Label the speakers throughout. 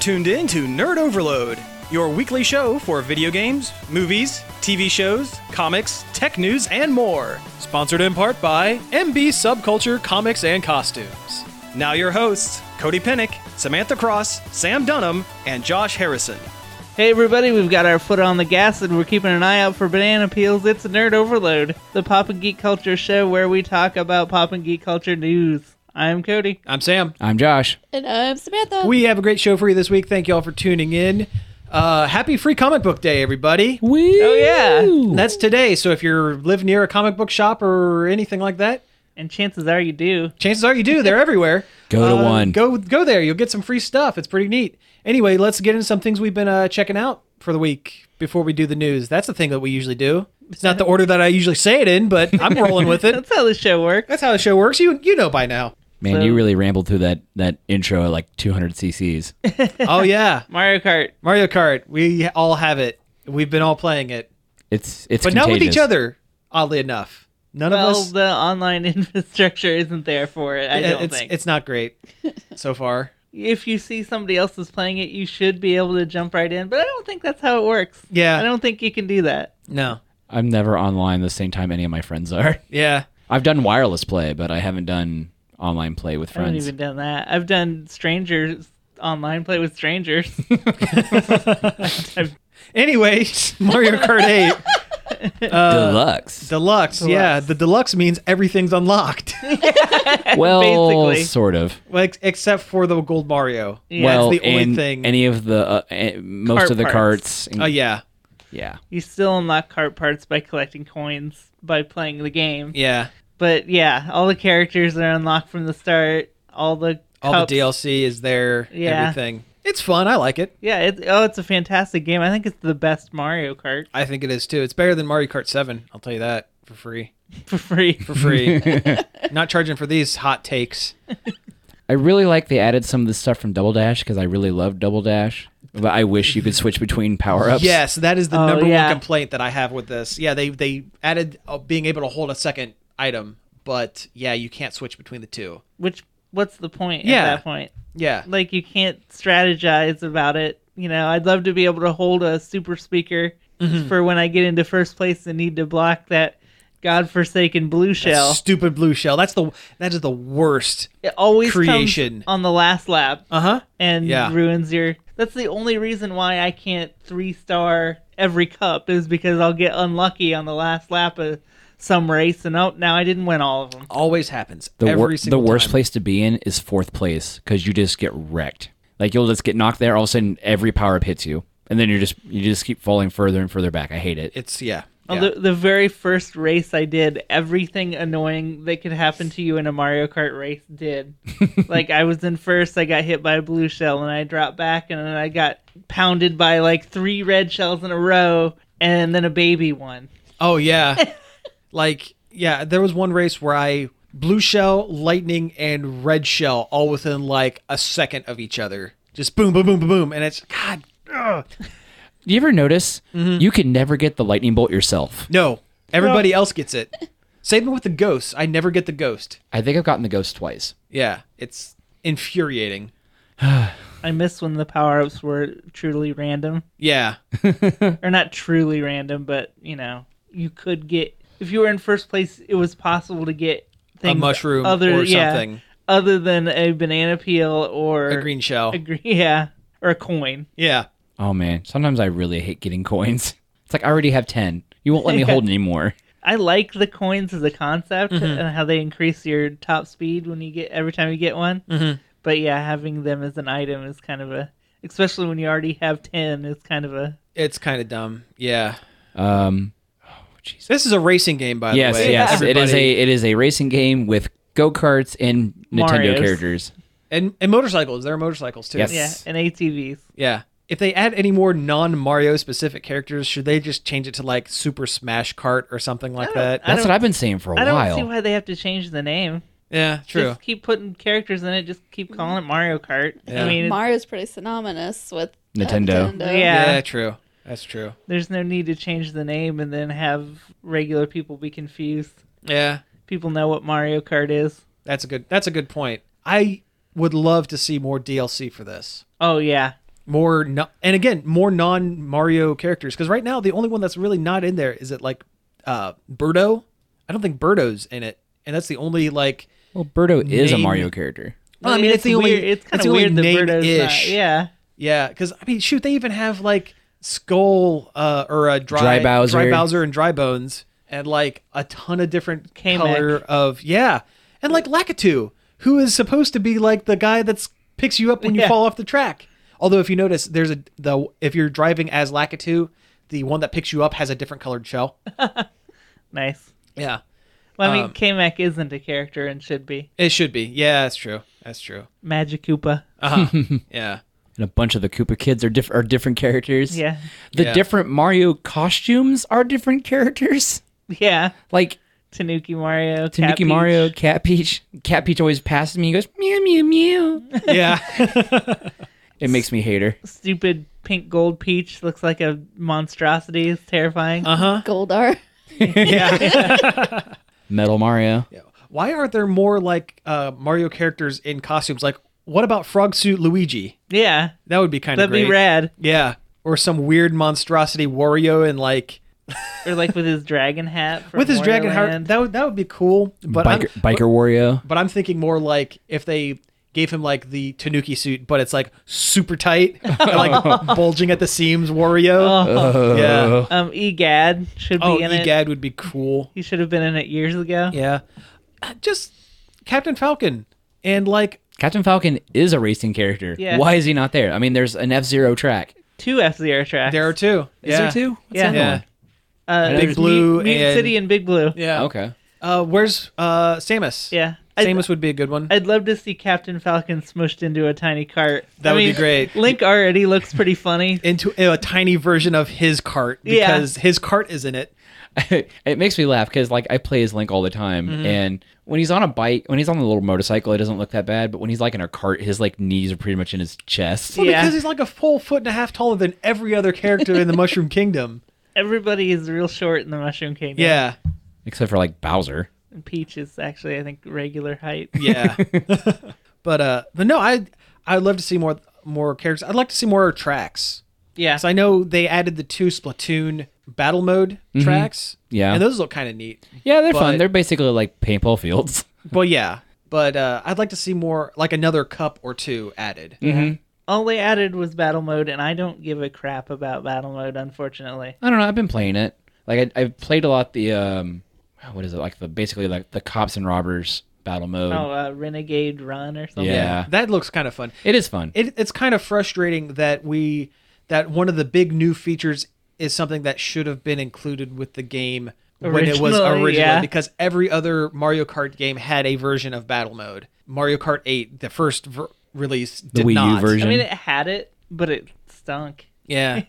Speaker 1: tuned in to Nerd Overload, your weekly show for video games, movies, TV shows, comics, tech news, and more. Sponsored in part by MB Subculture Comics and Costumes. Now, your hosts, Cody Pennick, Samantha Cross, Sam Dunham, and Josh Harrison.
Speaker 2: Hey everybody, we've got our foot on the gas and we're keeping an eye out for banana peels. It's Nerd Overload, the pop and geek culture show where we talk about pop and geek culture news. I'm Cody.
Speaker 1: I'm Sam.
Speaker 3: I'm Josh.
Speaker 4: And I'm Samantha.
Speaker 1: We have a great show for you this week. Thank you all for tuning in. Uh, happy Free Comic Book Day, everybody.
Speaker 3: Woo!
Speaker 2: Oh yeah.
Speaker 1: That's today. So if you live near a comic book shop or anything like that,
Speaker 2: And chances are you do.
Speaker 1: chances are you do. They're everywhere.
Speaker 3: Go to one.
Speaker 1: uh, Go go there. You'll get some free stuff. It's pretty neat. Anyway, let's get into some things we've been uh, checking out for the week before we do the news. That's the thing that we usually do. It's not the order that I usually say it in, but I'm rolling with it.
Speaker 2: That's how the show works.
Speaker 1: That's how the show works. You you know by now.
Speaker 3: Man, you really rambled through that that intro at like 200 cc's.
Speaker 1: Oh yeah,
Speaker 2: Mario Kart.
Speaker 1: Mario Kart. We all have it. We've been all playing it,
Speaker 3: It's it's
Speaker 1: but not with each
Speaker 3: contagious.
Speaker 1: other. Oddly enough, none
Speaker 2: Well,
Speaker 1: of us.
Speaker 2: the online infrastructure isn't there for it, I don't
Speaker 1: it's
Speaker 2: think.
Speaker 1: it's not great so far.
Speaker 2: if you see somebody else is playing it, you should be able to jump right in, but I don't think that's how it works.
Speaker 1: Yeah.
Speaker 2: I don't think you can do that.
Speaker 1: No.
Speaker 3: I'm never online the same time any of my friends are.
Speaker 1: Yeah.
Speaker 3: I've done wireless play, but I haven't done online play with
Speaker 2: I haven't
Speaker 3: friends.
Speaker 2: even done that. I've done strangers online play with strangers.
Speaker 1: Anyway, Mario Kart Uh, 8
Speaker 3: Uh, Deluxe.
Speaker 1: Deluxe, Yeah,
Speaker 2: Deluxe.
Speaker 1: the Deluxe means everything's unlocked,
Speaker 3: well,
Speaker 2: basically.
Speaker 3: sort of.
Speaker 1: like except for the Gold Mario.
Speaker 2: Yeah.
Speaker 3: well,
Speaker 1: That's the only
Speaker 3: and
Speaker 1: thing.
Speaker 3: any of the uh, eh, most
Speaker 2: Cart
Speaker 3: of the
Speaker 2: parts.
Speaker 3: carts. and-
Speaker 1: Oh yeah,
Speaker 3: yeah.
Speaker 2: You still unlock cart parts by collecting coins by playing the game.
Speaker 1: yeah.
Speaker 2: But yeah, all the characters are unlocked from the start. All the
Speaker 1: All
Speaker 2: cups.
Speaker 1: the DLC is there.
Speaker 2: Yeah.
Speaker 1: Everything. It's fun. I like it.
Speaker 2: Yeah, it's oh, it's a fantastic game. I think it's the best Mario Kart
Speaker 1: I think it is too. It's better than Mario Kart 7. I'll tell you that for free.
Speaker 2: for free.
Speaker 1: For free. Not charging for these hot takes.
Speaker 3: I really like they added some of this stuff from Double Dash because I really love Double Dash, but I wish you could switch between power ups.
Speaker 1: Yes, that is the
Speaker 2: Oh,
Speaker 1: number
Speaker 2: yeah.
Speaker 1: one complaint that I have with this. Yeah, they they added uh, being able to hold a second item, but yeah, you can't switch between the two.
Speaker 2: Which what's the point
Speaker 1: Yeah.
Speaker 2: at that point?
Speaker 1: Yeah.
Speaker 2: Like you can't strategize about it. You know, I'd love to be able to hold a super speaker
Speaker 1: Mm-hmm.
Speaker 2: for when I get into first place and need to block that godforsaken blue shell.
Speaker 1: Stupid blue shell. That's the that is the worst.
Speaker 2: it always comes
Speaker 1: creation.
Speaker 2: on the last lap.
Speaker 1: Uh huh.
Speaker 2: and
Speaker 1: Yeah.
Speaker 2: ruins your. That's the only reason why I can't three star every cup is because I'll get unlucky on the last lap of some race, and oh, now I didn't win all of them.
Speaker 1: Always happens.
Speaker 3: The,
Speaker 1: Every
Speaker 3: wor- the
Speaker 1: single
Speaker 3: worst
Speaker 1: time.
Speaker 3: place to be in is fourth place because you just get wrecked. Like you'll just get knocked there. All of a sudden, every power up hits you, and then you're just you just keep falling further and further back. I hate it.
Speaker 1: It's yeah.
Speaker 2: On
Speaker 1: yeah.
Speaker 2: The, the very first race I did, everything annoying that could happen to you in a Mario Kart race did. like I was in first, I got hit by a blue shell, and I dropped back, and then I got pounded by like three red shells in a row, and then a baby one.
Speaker 1: Oh yeah. like yeah, there was one race where I blue shell, lightning, and red shell all within like a second of each other. Just boom, boom, boom, boom, boom, and it's God. ugh.
Speaker 3: Do you ever notice
Speaker 2: Mm-hmm.
Speaker 3: you can never get the lightning bolt yourself?
Speaker 1: No, everybody else gets it. Same with the ghosts. I never get the ghost.
Speaker 3: I think I've gotten the ghost twice.
Speaker 1: Yeah, it's infuriating.
Speaker 2: I miss when the power ups were truly random.
Speaker 1: Yeah,
Speaker 2: or not truly random, but you know, you could get if you were in first place, it was possible to get
Speaker 1: a
Speaker 2: things
Speaker 1: mushroom
Speaker 2: other,
Speaker 1: or
Speaker 2: yeah,
Speaker 1: something.
Speaker 2: other than a banana peel or
Speaker 1: A green shell.
Speaker 2: a green- yeah, or a coin.
Speaker 1: Yeah.
Speaker 3: Oh man, sometimes I really hate getting coins. It's like I already have ten. You won't let me hold anymore.
Speaker 2: I like the coins as a concept
Speaker 1: Mm-hmm.
Speaker 2: and how they increase your top speed when you get every time you get one. Mm-hmm. But yeah, having them as an item is kind of a, especially when you already have ten, is kind of a
Speaker 1: It's kind of dumb. Yeah.
Speaker 3: Um,
Speaker 1: This is a racing game, by
Speaker 3: yes,
Speaker 1: the way.
Speaker 3: yes, it is
Speaker 1: everybody.
Speaker 3: a it is a racing game with go karts and Nintendo
Speaker 2: Marios.
Speaker 3: characters.
Speaker 1: and, and motorcycles. There are motorcycles too.
Speaker 3: Yes.
Speaker 2: yeah, and ATVs.
Speaker 1: Yeah. If they add any more non Mario specific characters, should they just change it to like Super Smash Kart or something like that?
Speaker 2: I
Speaker 3: That's what I've been saying for a
Speaker 2: I don't
Speaker 3: while.
Speaker 2: see why they have to change the name.
Speaker 1: yeah, true.
Speaker 2: Just keep putting characters in it. Just keep calling it Mario Kart.
Speaker 1: Yeah.
Speaker 2: I mean, it's-
Speaker 4: Mario's pretty synonymous with uh,
Speaker 3: Nintendo.
Speaker 2: Yeah.
Speaker 1: Yeah, true. That's true.
Speaker 2: there's no need to change the name and then have regular people be confused.
Speaker 1: Yeah.
Speaker 2: People know what Mario Kart is.
Speaker 1: That's a good that's a good point. I would love to see more DLC for this.
Speaker 2: Oh yeah,
Speaker 1: more no- and again more non Mario characters because right now the only one that's really not in there is it like uh Birdo. I don't think Birdo's in it, and that's the only like.
Speaker 3: Well, Birdo is a
Speaker 1: Name-
Speaker 3: Mario character.
Speaker 1: Well, I mean, it's, the
Speaker 2: weird.
Speaker 1: only
Speaker 2: It's kind
Speaker 1: the
Speaker 2: of
Speaker 1: only
Speaker 2: weird that Birdo's not.
Speaker 1: name-ish.
Speaker 2: Yeah.
Speaker 1: Yeah, because I mean, shoot, they even have like Skull uh, or a dry,
Speaker 3: Dry Bowser.
Speaker 1: Bowser and Dry Bones, and like a ton of different
Speaker 2: Kamek.
Speaker 1: color of yeah, and like Lakitu, who is supposed to be like the guy that's picks you up when you
Speaker 2: Yeah.
Speaker 1: fall off the track. Although if you notice, there's a the if you're driving as Lakitu, the one that picks you up has a different colored shell.
Speaker 2: Nice.
Speaker 1: yeah,
Speaker 2: Well, I mean,
Speaker 1: Um,
Speaker 2: Kamek isn't a character and should be.
Speaker 1: it should be. Yeah, that's true. That's true.
Speaker 2: Magic Koopa.
Speaker 1: Uh-huh. yeah.
Speaker 3: And a bunch of the Koopa kids are, diff- are different characters.
Speaker 2: Yeah.
Speaker 3: The
Speaker 1: Yeah.
Speaker 3: different Mario costumes are different characters.
Speaker 2: Yeah.
Speaker 3: Like
Speaker 2: Tanuki Mario.
Speaker 3: to Mickey
Speaker 2: Cat
Speaker 3: Mario,
Speaker 2: Peach.
Speaker 3: Cat Peach. Cat Peach always passes me. He goes meow meow meow.
Speaker 1: Yeah.
Speaker 3: It makes me hate her.
Speaker 2: Stupid pink gold peach looks like a monstrosity. It's terrifying.
Speaker 1: uh-huh.
Speaker 4: Goldar.
Speaker 1: Yeah.
Speaker 3: Metal Mario.
Speaker 1: Yeah. Why aren't there more like uh, Mario characters in costumes? Like, what about Frog Suit Luigi?
Speaker 2: yeah.
Speaker 1: That would be kind of
Speaker 2: That'd
Speaker 1: great.
Speaker 2: be rad.
Speaker 1: Yeah, or some weird monstrosity Wario and like
Speaker 2: Or like with his dragon hat. From
Speaker 1: with his dragon heart.
Speaker 2: Wario Land.
Speaker 1: That would that would be cool. But I'm,
Speaker 3: biker, biker Wario.
Speaker 1: but I'm thinking more like if they gave him like the Tanuki suit, but it's like super tight, and, like bulging at the seams. Wario.
Speaker 2: Oh.
Speaker 1: yeah.
Speaker 2: Um, Egad should be
Speaker 1: Oh,
Speaker 2: in it.
Speaker 1: Egad would be cool.
Speaker 2: He should have been in it years ago.
Speaker 1: Yeah, Uh, just Captain Falcon and like
Speaker 3: Captain Falcon is a racing character.
Speaker 2: Yeah.
Speaker 3: Why is he not there? I mean, there's an F Zero track.
Speaker 2: Two F Zero tracks.
Speaker 1: there are two.
Speaker 3: Is
Speaker 1: yeah.
Speaker 3: there two? What's
Speaker 2: Yeah.
Speaker 3: the other
Speaker 1: Yeah.
Speaker 3: one?
Speaker 2: Uh,
Speaker 1: Big
Speaker 2: there's
Speaker 1: Blue
Speaker 2: Mute, Mute
Speaker 1: and-
Speaker 2: City and Big Blue.
Speaker 1: Yeah.
Speaker 3: Okay.
Speaker 1: Uh, where's uh Samus?
Speaker 2: Yeah. I'd,
Speaker 1: Samus would be a good one.
Speaker 2: I'd love to see Captain Falcon smushed into a tiny cart.
Speaker 1: That
Speaker 2: I
Speaker 1: would be
Speaker 2: mean,
Speaker 1: great.
Speaker 2: Link already looks pretty funny.
Speaker 1: Into a tiny version of his cart
Speaker 2: Yeah.
Speaker 1: because his cart is in it.
Speaker 3: it makes me laugh because like I play as Link all the time,
Speaker 1: Mm-hmm.
Speaker 3: and when he's on a bike, when he's on the little motorcycle, it doesn't look that bad. But when he's like in a cart, his like knees are pretty much in his chest.
Speaker 1: Well,
Speaker 2: Yeah.
Speaker 1: because he's like a full foot and a half taller than every other character in the Mushroom Kingdom.
Speaker 2: Everybody is real short in the Mushroom Kingdom.
Speaker 1: Yeah,
Speaker 3: except for like Bowser.
Speaker 2: And Peach is actually, I think, regular height.
Speaker 1: yeah. but uh, but no, I I'd love to see more more characters. I'd like to see more tracks.
Speaker 2: Yeah.
Speaker 1: So I know they added the two Splatoon battle mode tracks.
Speaker 3: Mm-hmm. Yeah.
Speaker 1: and those look kind of neat.
Speaker 3: Yeah, they're
Speaker 1: But-
Speaker 3: fun. They're basically like paintball fields.
Speaker 1: Well, yeah, but uh, I'd like to see more like another cup or two added.
Speaker 3: Mm-hmm.
Speaker 2: All they added was battle mode, and I don't give a crap about battle mode, unfortunately.
Speaker 3: I don't know. I've been playing it. Like I, I've played a lot the um, what is it like the basically like the cops and robbers battle mode.
Speaker 2: Oh, uh, Renegade Run or something.
Speaker 3: Yeah.
Speaker 1: that looks kind of fun.
Speaker 3: It is fun.
Speaker 1: it, it's kind of frustrating that we that one of the big new features is something that should have been included with the game when it was
Speaker 2: Originally,
Speaker 1: originally
Speaker 2: yeah.
Speaker 1: because every other Mario Kart game had a version of battle mode. Mario Kart 8, the first ver- release did
Speaker 3: the Wii
Speaker 1: not.
Speaker 3: U version.
Speaker 2: I mean, it had it, but it stunk.
Speaker 1: Yeah.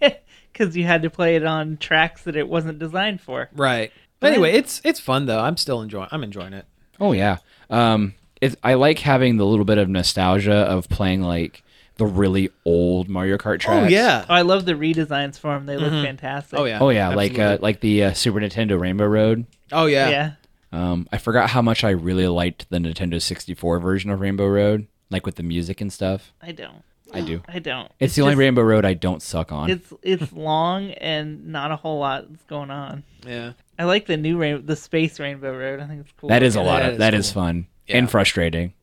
Speaker 2: Because you had to play it on tracks that it wasn't designed for.
Speaker 1: right. But anyway, it's it's fun though. I'm still enjoying I'm enjoying it.
Speaker 3: Oh yeah. Um, it, I like having the little bit of nostalgia of playing like the really old Mario Kart
Speaker 1: Oh
Speaker 3: tracks.
Speaker 1: yeah.
Speaker 2: Oh, I love the redesigns for them. They look fantastic.
Speaker 1: Oh yeah.
Speaker 3: Mm-hmm. Oh yeah, like uh,
Speaker 1: Absolutely.
Speaker 3: like the uh, Super Nintendo Rainbow Road.
Speaker 1: Oh yeah.
Speaker 2: Yeah.
Speaker 3: Um, I forgot how much I really liked the Nintendo 64 version of Rainbow Road, like with the music and stuff.
Speaker 2: I don't.
Speaker 3: I do.
Speaker 2: I don't.
Speaker 3: It's, the only
Speaker 2: just-
Speaker 3: Rainbow Road I don't suck on.
Speaker 2: It's it's long and not a whole lot that's going on.
Speaker 1: Yeah.
Speaker 2: I like the new rain, the space Rainbow Road. I think it's cool.
Speaker 3: that is a lot.
Speaker 1: that
Speaker 3: of
Speaker 1: is
Speaker 3: that is
Speaker 1: cool.
Speaker 3: fun
Speaker 1: Yeah.
Speaker 3: and frustrating.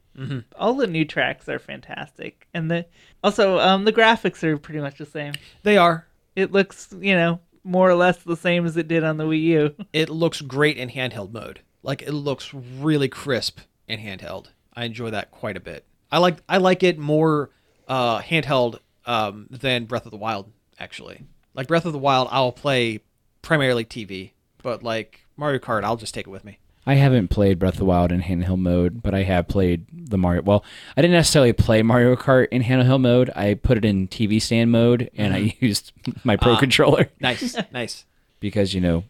Speaker 2: All the new tracks are fantastic, and the also um the graphics are pretty much the same.
Speaker 1: They are.
Speaker 2: It looks you know more or less the same as it did on the Wii U.
Speaker 1: It looks great in handheld mode. Like it looks really crisp in handheld. I enjoy that quite a bit. I like I like it more uh, handheld um, than Breath of the Wild actually. Like Breath of the Wild, I'll play primarily TV, but like Mario Kart, I'll just take it with me.
Speaker 3: I haven't played Breath of the Wild in handheld mode, but I have played the Mario. Well, I didn't necessarily play Mario Kart in handheld mode. I put it in TV stand mode, and I
Speaker 1: Mm-hmm.
Speaker 3: used my
Speaker 1: Ah.
Speaker 3: Pro controller
Speaker 1: Nice, nice.
Speaker 3: because you know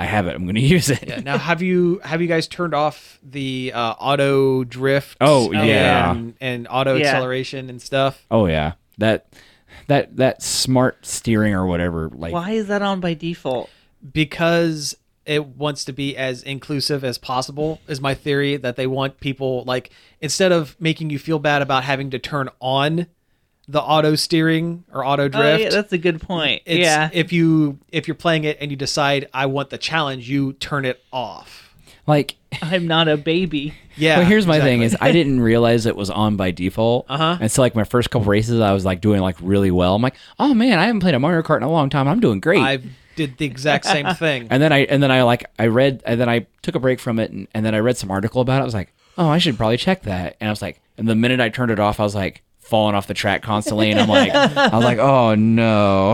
Speaker 3: I have it. I'm going to use it.
Speaker 1: Yeah. Now, have you have you guys turned off the uh, auto drift?
Speaker 3: Oh, yeah.
Speaker 1: and, and auto
Speaker 2: Yeah.
Speaker 1: acceleration and stuff.
Speaker 3: Oh yeah, that that that smart steering or whatever. Like
Speaker 2: Why is that on by default?
Speaker 1: because it wants to be as inclusive as possible is my theory that they want people like instead of making you feel bad about having to turn on the auto steering or auto
Speaker 2: Oh,
Speaker 1: drift.
Speaker 2: yeah, that's a good point.
Speaker 1: it's,
Speaker 2: yeah.
Speaker 1: If you if you're playing it and you decide I want the challenge, you turn it off.
Speaker 3: Like,
Speaker 2: I'm not a baby.
Speaker 1: Yeah.
Speaker 3: well, here's my
Speaker 1: exactly.
Speaker 3: thing: is I didn't realize it was on by default.
Speaker 1: Uh-huh.
Speaker 3: And so, like, my first couple races, I was like doing like really well. I'm like, oh man, I haven't played a Mario Kart in a long time. I'm doing great.
Speaker 1: I did the exact same thing.
Speaker 3: and then I and then I like I read and then I took a break from it and, and then I read some article about it. I was like, oh, I should probably check that. And I was like, and the minute I turned it off, I was like falling off the track constantly, and I'm like, I was like, oh no,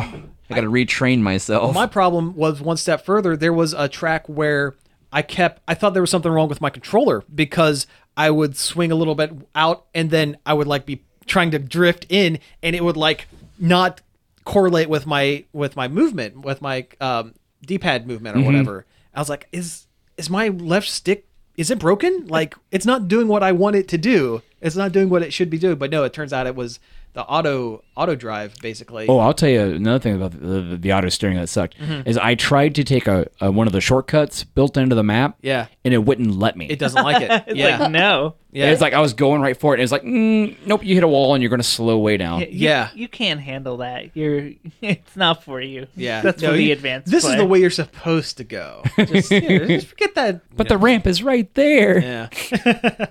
Speaker 3: I got to retrain myself.
Speaker 1: My problem was one step further. There was a track where I kept, I thought there was something wrong with my controller because I would swing a little bit out and then I would like be trying to drift in and it would like not correlate with my, with my movement, with my um, D pad movement or whatever. I was like, is, is my left stick, is it broken? Like it's not doing what I want it to do. It's not doing what it should be doing. But no, it turns out it was the auto, auto drive basically.
Speaker 3: Oh, I'll tell you another thing about the, the, the auto steering that sucked
Speaker 1: Mm-hmm.
Speaker 3: is I tried to take a, a one of the shortcuts built into the map,
Speaker 1: Yeah.
Speaker 3: and it wouldn't let me.
Speaker 1: It doesn't like it.
Speaker 2: It's
Speaker 1: yeah.
Speaker 2: like no.
Speaker 1: Yeah.
Speaker 3: It's like I was going right for it, and it's like, mm, nope, you hit a wall and you're going to slow way down.
Speaker 2: You-
Speaker 1: Yeah.
Speaker 2: You can't handle that. You're it's not for you.
Speaker 1: Yeah,
Speaker 2: That's
Speaker 1: No,
Speaker 2: for
Speaker 1: you-
Speaker 2: the advanced.
Speaker 1: This is
Speaker 2: player.
Speaker 1: the way you're supposed to go. Just, yeah, just forget that.
Speaker 3: But the ramp is right there.
Speaker 1: yeah,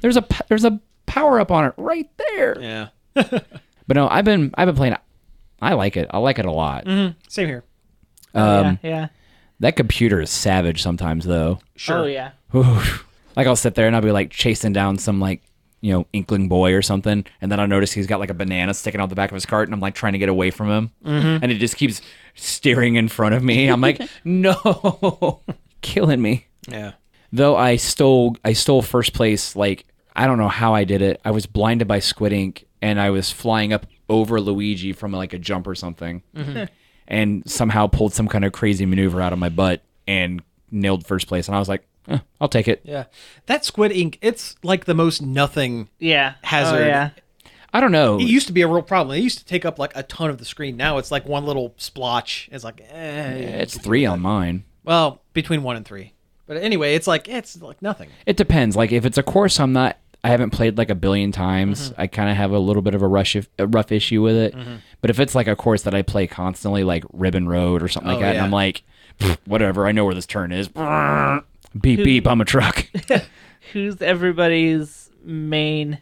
Speaker 3: There's a p- there's a power up on it right there.
Speaker 1: yeah,
Speaker 3: But no, I've been I've been playing. it. I like it. I like it a lot.
Speaker 1: same here.
Speaker 2: Yeah,
Speaker 3: Um,
Speaker 2: yeah.
Speaker 3: That computer is savage sometimes though.
Speaker 1: Sure.
Speaker 2: Oh yeah.
Speaker 3: Oof. Like I'll sit there and I'll be like chasing down some like you know inkling boy or something, and then I notice he's got like a banana sticking out the back of his cart, and I'm like trying to get away from him, and it just keeps staring in front of me. I'm like, no, killing me.
Speaker 1: Yeah,
Speaker 3: though I stole I stole first place like I don't know how I did it. I was blinded by Squid Ink and I was flying up over Luigi from like a jump or something. And somehow pulled some kind of crazy maneuver out of my butt and nailed first place and I was like, eh, I'll take it.
Speaker 1: yeah. That Squid Ink, it's like the most nothing.
Speaker 2: Yeah.
Speaker 1: Hazard.
Speaker 2: Oh, yeah.
Speaker 3: I don't know.
Speaker 1: It used to be a real problem. It used to take up like a ton of the screen. Now it's like one little splotch. It's like, eh.
Speaker 3: It's 3 on mine.
Speaker 1: well, between one and three. But anyway, it's like it's like nothing.
Speaker 3: It depends. Like if it's a course I'm not I haven't played like a billion times.
Speaker 1: Mm-hmm.
Speaker 3: I kind of have a little bit of a rush if, a rough issue with it. But if it's like a course that I play constantly, like Ribbon Road or something
Speaker 1: Oh,
Speaker 3: like that, and
Speaker 1: yeah.
Speaker 3: I'm like, "Pfft, whatever, I know where this turn is. Beep beep, I'm a truck.
Speaker 2: Who's everybody's main,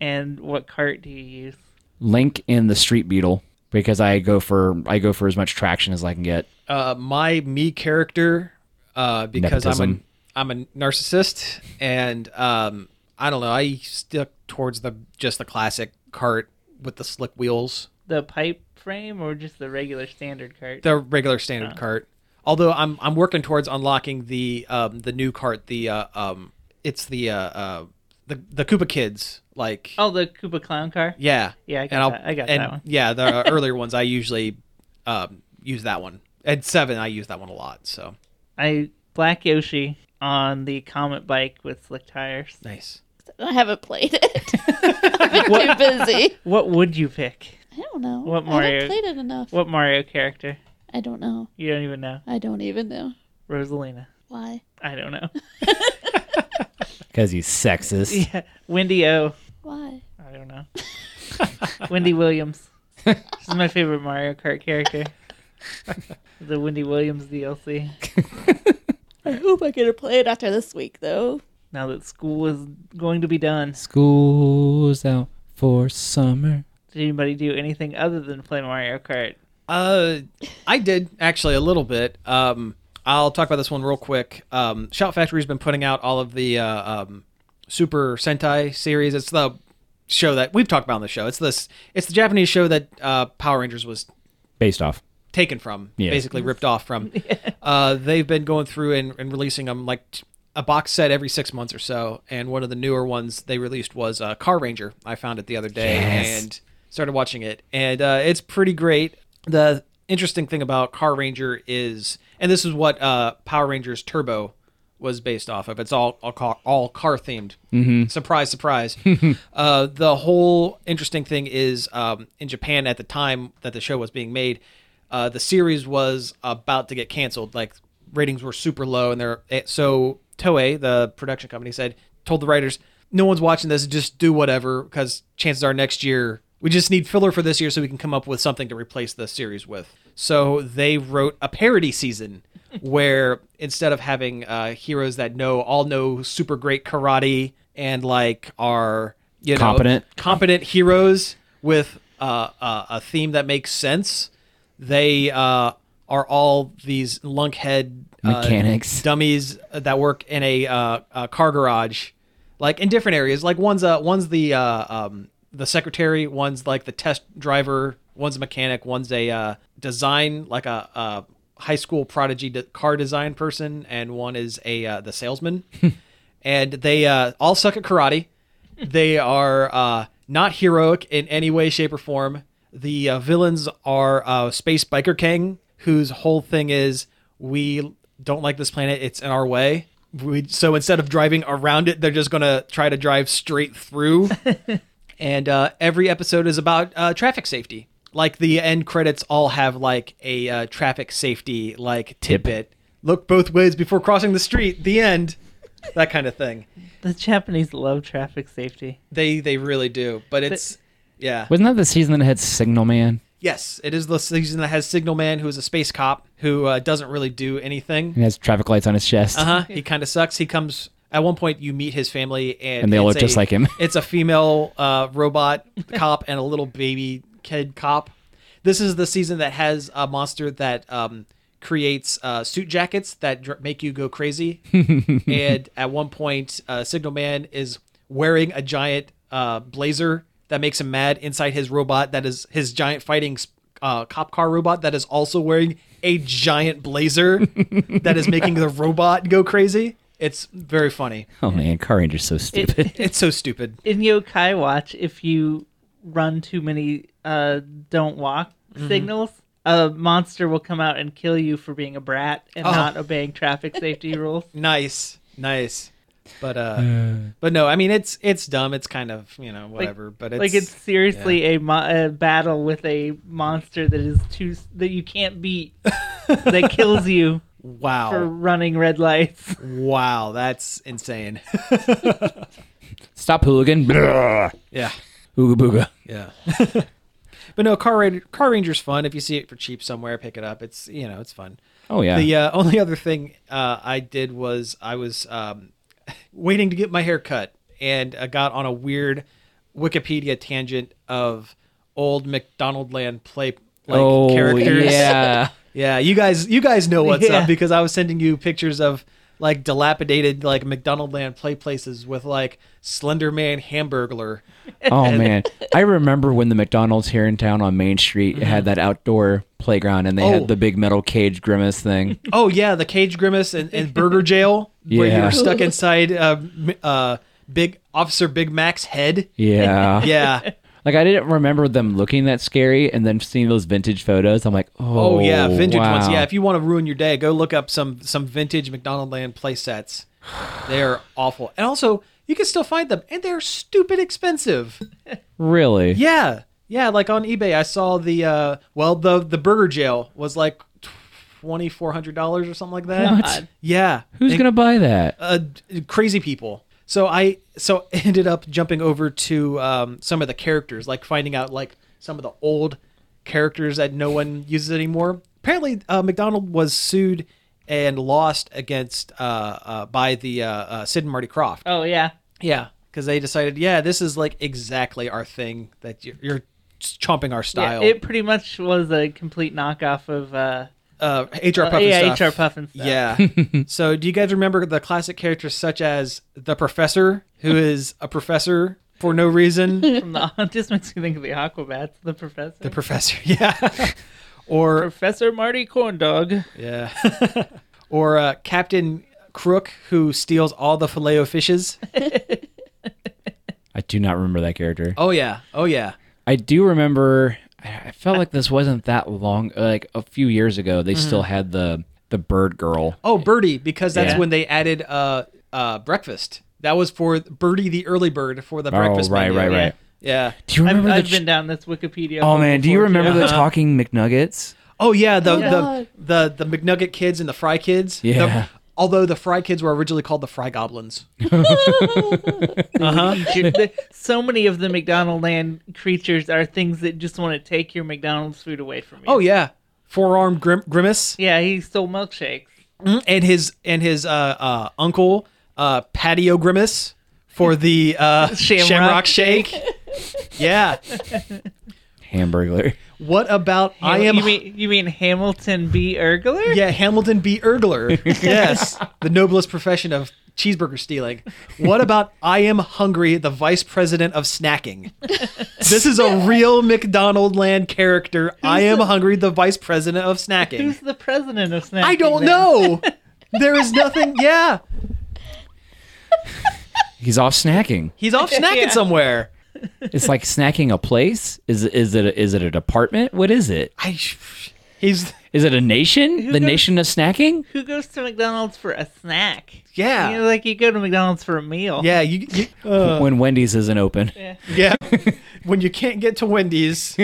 Speaker 2: and what cart do you use?
Speaker 3: Link in the Street Beetle because I go for I go for as much traction as I can get.
Speaker 1: uh, my me character uh, because
Speaker 3: Nepotism.
Speaker 1: I'm a I'm a narcissist and um, I don't know I stick towards the just the classic cart with the slick wheels
Speaker 2: The pipe frame or just the regular standard cart?
Speaker 1: the regular standard cart although I'm I'm working towards unlocking the um, the new cart the uh, um, it's the uh, uh, the the Koopa kids like
Speaker 2: oh, the Koopa clown car.
Speaker 1: yeah
Speaker 2: Yeah, I got
Speaker 1: and I'll-
Speaker 2: that. I got
Speaker 1: and
Speaker 2: that one.
Speaker 1: yeah the uh, earlier ones I usually um, use that one at seven I use that one a lot so
Speaker 2: I black Yoshi on the Comet bike with slick tires.
Speaker 1: nice
Speaker 4: I haven't played it. I've been too busy.
Speaker 2: What would you pick?
Speaker 4: I don't know.
Speaker 2: What
Speaker 4: I
Speaker 2: Mario-
Speaker 4: haven't played it enough.
Speaker 2: What Mario character?
Speaker 4: I don't know.
Speaker 2: You don't even know.
Speaker 4: I don't even know
Speaker 2: Rosalina.
Speaker 4: why.
Speaker 2: I don't know.
Speaker 3: Because he's sexist.
Speaker 2: yeah. Wendy O.
Speaker 4: Why?
Speaker 2: I don't know. Wendy Williams. She's my favorite Mario Kart character. the Wendy Williams DLC.
Speaker 4: I hope I get to play it after this week, though.
Speaker 2: Now that school is going to be done,
Speaker 3: School's out for summer.
Speaker 2: did anybody do anything other than play Mario Kart?
Speaker 1: Uh, I did actually a little bit. Um, I'll talk about this one real quick. Um, Shout Factory's been putting out all of the uh, um, Super Sentai series. It's the show that we've talked about on the show. It's this. It's the Japanese show that uh, Power Rangers was
Speaker 3: Based off.
Speaker 1: taken from,
Speaker 3: Yes.
Speaker 1: basically ripped off from. uh, they've been going through and, and releasing them like t- a box set every six months or so. And one of the newer ones they released was uh, Car Ranger. I found it the other day
Speaker 3: Yes.
Speaker 1: and started watching it, and uh, it's pretty great. The interesting thing about Car Ranger is, and this is what uh, Power Rangers Turbo was based off of. It's all all car, all car themed. Surprise, surprise. uh, the whole interesting thing is um, in Japan at the time that the show was being made, uh, the series was about to get canceled. Like ratings were super low, and they're eh, so Toei, the production company, said told the writers, "No one's watching this. Just do whatever, because chances are next year We just need filler for this year so we can come up with something to replace the series with. So they wrote a parody season where instead of having uh, heroes that know all know super great karate and like are you know
Speaker 3: Competent.
Speaker 1: competent heroes with uh, uh, a theme that makes sense, they uh, are all these lunkhead uh,
Speaker 3: Mechanics.
Speaker 1: dummies that work in a, uh, a car garage, like in different areas. Like one's uh one's the uh, um, the secretary, one's like the test driver, one's a mechanic, one's a uh, design like a, a high school prodigy de- car design person, and one is a uh, the salesman. and they uh, all suck at karate. They are uh, not heroic in any way, shape, or form. The uh, villains are uh, Space Biker King, whose whole thing is we don't like this planet; it's in our way. We, so instead of driving around it, they're just gonna try to drive straight through. and uh, every episode is about uh, traffic safety. Like the end credits all have like a uh, traffic safety like tidbit. Look both ways before crossing the street. The end. That kind of thing.
Speaker 2: The Japanese love traffic safety.
Speaker 1: They they really do, but it's yeah.
Speaker 3: Wasn't that the season that had Signal Man?
Speaker 1: Yes, it is the season that has Signal Man, who is a space cop who uh, doesn't really do anything.
Speaker 3: He has traffic lights on his chest.
Speaker 1: Uh huh. He kind of sucks. He comes at one point. You meet his family, and
Speaker 3: And they all
Speaker 1: it's
Speaker 3: look just
Speaker 1: a-
Speaker 3: like him.
Speaker 1: It's a female uh, robot cop and a little baby kid cop. This is the season that has a monster that um, creates uh, suit jackets that dr- make you go crazy. and at one point, uh, Signal Man is wearing a giant uh, blazer that makes him mad inside his robot that is his giant fighting uh, cop car robot that is also wearing a giant blazer that is making the robot go crazy. It's very funny.
Speaker 3: Oh man, Car Ranger's so stupid.
Speaker 1: It's so stupid.
Speaker 2: In Yokai Watch, if you run too many uh, don't walk
Speaker 1: Mm-hmm.
Speaker 2: signals, a monster will come out and kill you for being a brat and
Speaker 1: Oh.
Speaker 2: not obeying traffic safety rules.
Speaker 1: nice nice but uh but no i mean it's it's dumb it's kind of you know whatever but it's
Speaker 2: like it's seriously a, mo- a battle with a monster that is too s- that you can't beat that kills you
Speaker 1: wow
Speaker 2: for running red lights.
Speaker 1: wow that's insane
Speaker 3: Stop hooligan. Blah.
Speaker 1: yeah
Speaker 3: Ooga booga.
Speaker 1: yeah but no car ranger car ranger's fun if you see it for cheap somewhere pick it up it's you know it's fun
Speaker 3: Oh yeah.
Speaker 1: The uh, only other thing uh, I did was I was um, waiting to get my hair cut, and I got on a weird Wikipedia tangent of old McDonald Land play like
Speaker 3: oh
Speaker 1: characters.
Speaker 3: yeah.
Speaker 1: Yeah, you guys, you guys know what's
Speaker 2: Yeah.
Speaker 1: up because I was sending you pictures of like dilapidated like McDonald Land play places with like Slender Man Hamburglar.
Speaker 3: Oh man, I remember when the McDonald's here in town on Main Street had that outdoor playground, and they
Speaker 1: Mm-hmm. Oh.
Speaker 3: had the big metal cage grimace thing.
Speaker 1: Oh yeah, the Cage Grimace and, and Burger Jail where
Speaker 3: Yeah.
Speaker 1: you're stuck inside uh, m- uh, Big Officer Big Mac's head.
Speaker 3: Yeah.
Speaker 1: Yeah.
Speaker 3: Like I didn't remember them looking that scary, and then seeing those vintage photos, I'm like, oh,
Speaker 1: Oh yeah, vintage
Speaker 3: wow.
Speaker 1: ones. Yeah, if you want to ruin your day, go look up some some vintage McDonald Land play sets. They're awful. And also, you can still find them and they're stupid expensive.
Speaker 3: really.
Speaker 1: Yeah, yeah. Like on eBay, I saw the uh, well, the the burger jail was like twenty four hundred dollars or something like that.
Speaker 3: What?
Speaker 1: Yeah.
Speaker 3: Who's
Speaker 1: And,
Speaker 3: gonna buy that?
Speaker 1: uh, d- crazy people? So I so ended up jumping over to um, some of the characters, like finding out like some of the old characters that no one uses anymore. Apparently, uh, McDonald was sued and lost against uh, uh, by the uh, uh, Sid and Marty Croft.
Speaker 2: Oh yeah.
Speaker 1: Yeah, because they decided, yeah, this is like exactly our thing that you're, you're chomping our
Speaker 2: Yeah,
Speaker 1: style.
Speaker 2: it pretty much was a complete knockoff of uh,
Speaker 1: uh, HR
Speaker 2: uh,
Speaker 1: Puff. and
Speaker 2: yeah,
Speaker 1: stuff.
Speaker 2: HR Puff and stuff.
Speaker 1: Yeah. so, do you guys remember the classic characters such as the Professor, who is a professor for no reason?
Speaker 2: From the, it just makes me think of the Aquabats, the professor.
Speaker 1: the Professor, yeah. or
Speaker 2: Professor Marty Corndog.
Speaker 1: yeah, or uh, Captain Crook, who steals all the filet o fishes.
Speaker 3: I do not remember that character.
Speaker 1: Oh yeah, oh yeah.
Speaker 3: I do remember. I I felt like this wasn't that long. uh, Like a few years ago, they still had the the bird girl.
Speaker 1: Oh, Birdie, because that's
Speaker 2: Yeah.
Speaker 1: when they added uh, uh, breakfast. That was for Birdie the early bird for the breakfast
Speaker 3: Oh, right,
Speaker 1: menu.
Speaker 3: right, right.
Speaker 1: Yeah.
Speaker 3: Do you
Speaker 2: I've,
Speaker 3: remember
Speaker 2: I've
Speaker 3: the?
Speaker 2: been down this Wikipedia.
Speaker 3: oh
Speaker 2: hole
Speaker 3: man, do you
Speaker 2: before, too.
Speaker 3: remember the talking McNuggets?
Speaker 1: Oh yeah, the
Speaker 4: Oh, God.
Speaker 1: the, the the McNugget kids and the fry kids. The-
Speaker 3: Yeah.
Speaker 1: Although the Fry Kids were originally called the Fry Goblins.
Speaker 4: Oh,
Speaker 2: Uh-huh. The- so many of the McDonald land creatures are things that just want to take your McDonald's food away from you.
Speaker 1: Oh yeah, forearm grim- grimace mm-hmm,
Speaker 2: yeah, he stole milkshakes.
Speaker 1: and his and his uh, uh, uncle uh, patio grimace for the uh, Shamrock,
Speaker 2: Shamrock
Speaker 1: Shake. yeah.
Speaker 3: Hamburglar.
Speaker 1: What about I am?
Speaker 2: Ham- You mean, you mean Hamilton B. Ergler?
Speaker 1: Yeah, Hamilton B. Ergler. Yes, the noblest profession of cheeseburger stealing. What about I am hungry, the vice president of snacking? This is a real McDonald land character. I am hungry, the vice president of
Speaker 2: Who's
Speaker 1: snacking.
Speaker 2: the president of Snacking?
Speaker 1: I don't
Speaker 2: then?
Speaker 1: know. There is nothing. Yeah,
Speaker 3: He's off snacking.
Speaker 1: he's off snacking
Speaker 2: Yeah.
Speaker 1: somewhere.
Speaker 3: It's like snacking a place. Is is it a, is it a department? What is it?
Speaker 1: I, he's
Speaker 3: Is it a nation?
Speaker 2: goes-
Speaker 3: the nation of snacking?
Speaker 2: Who goes to McDonald's for a snack?
Speaker 1: yeah,
Speaker 2: You know, like you go to McDonald's for a meal.
Speaker 1: yeah. You, you uh,
Speaker 3: when Wendy's isn't open.
Speaker 1: yeah. When you can't get to Wendy's.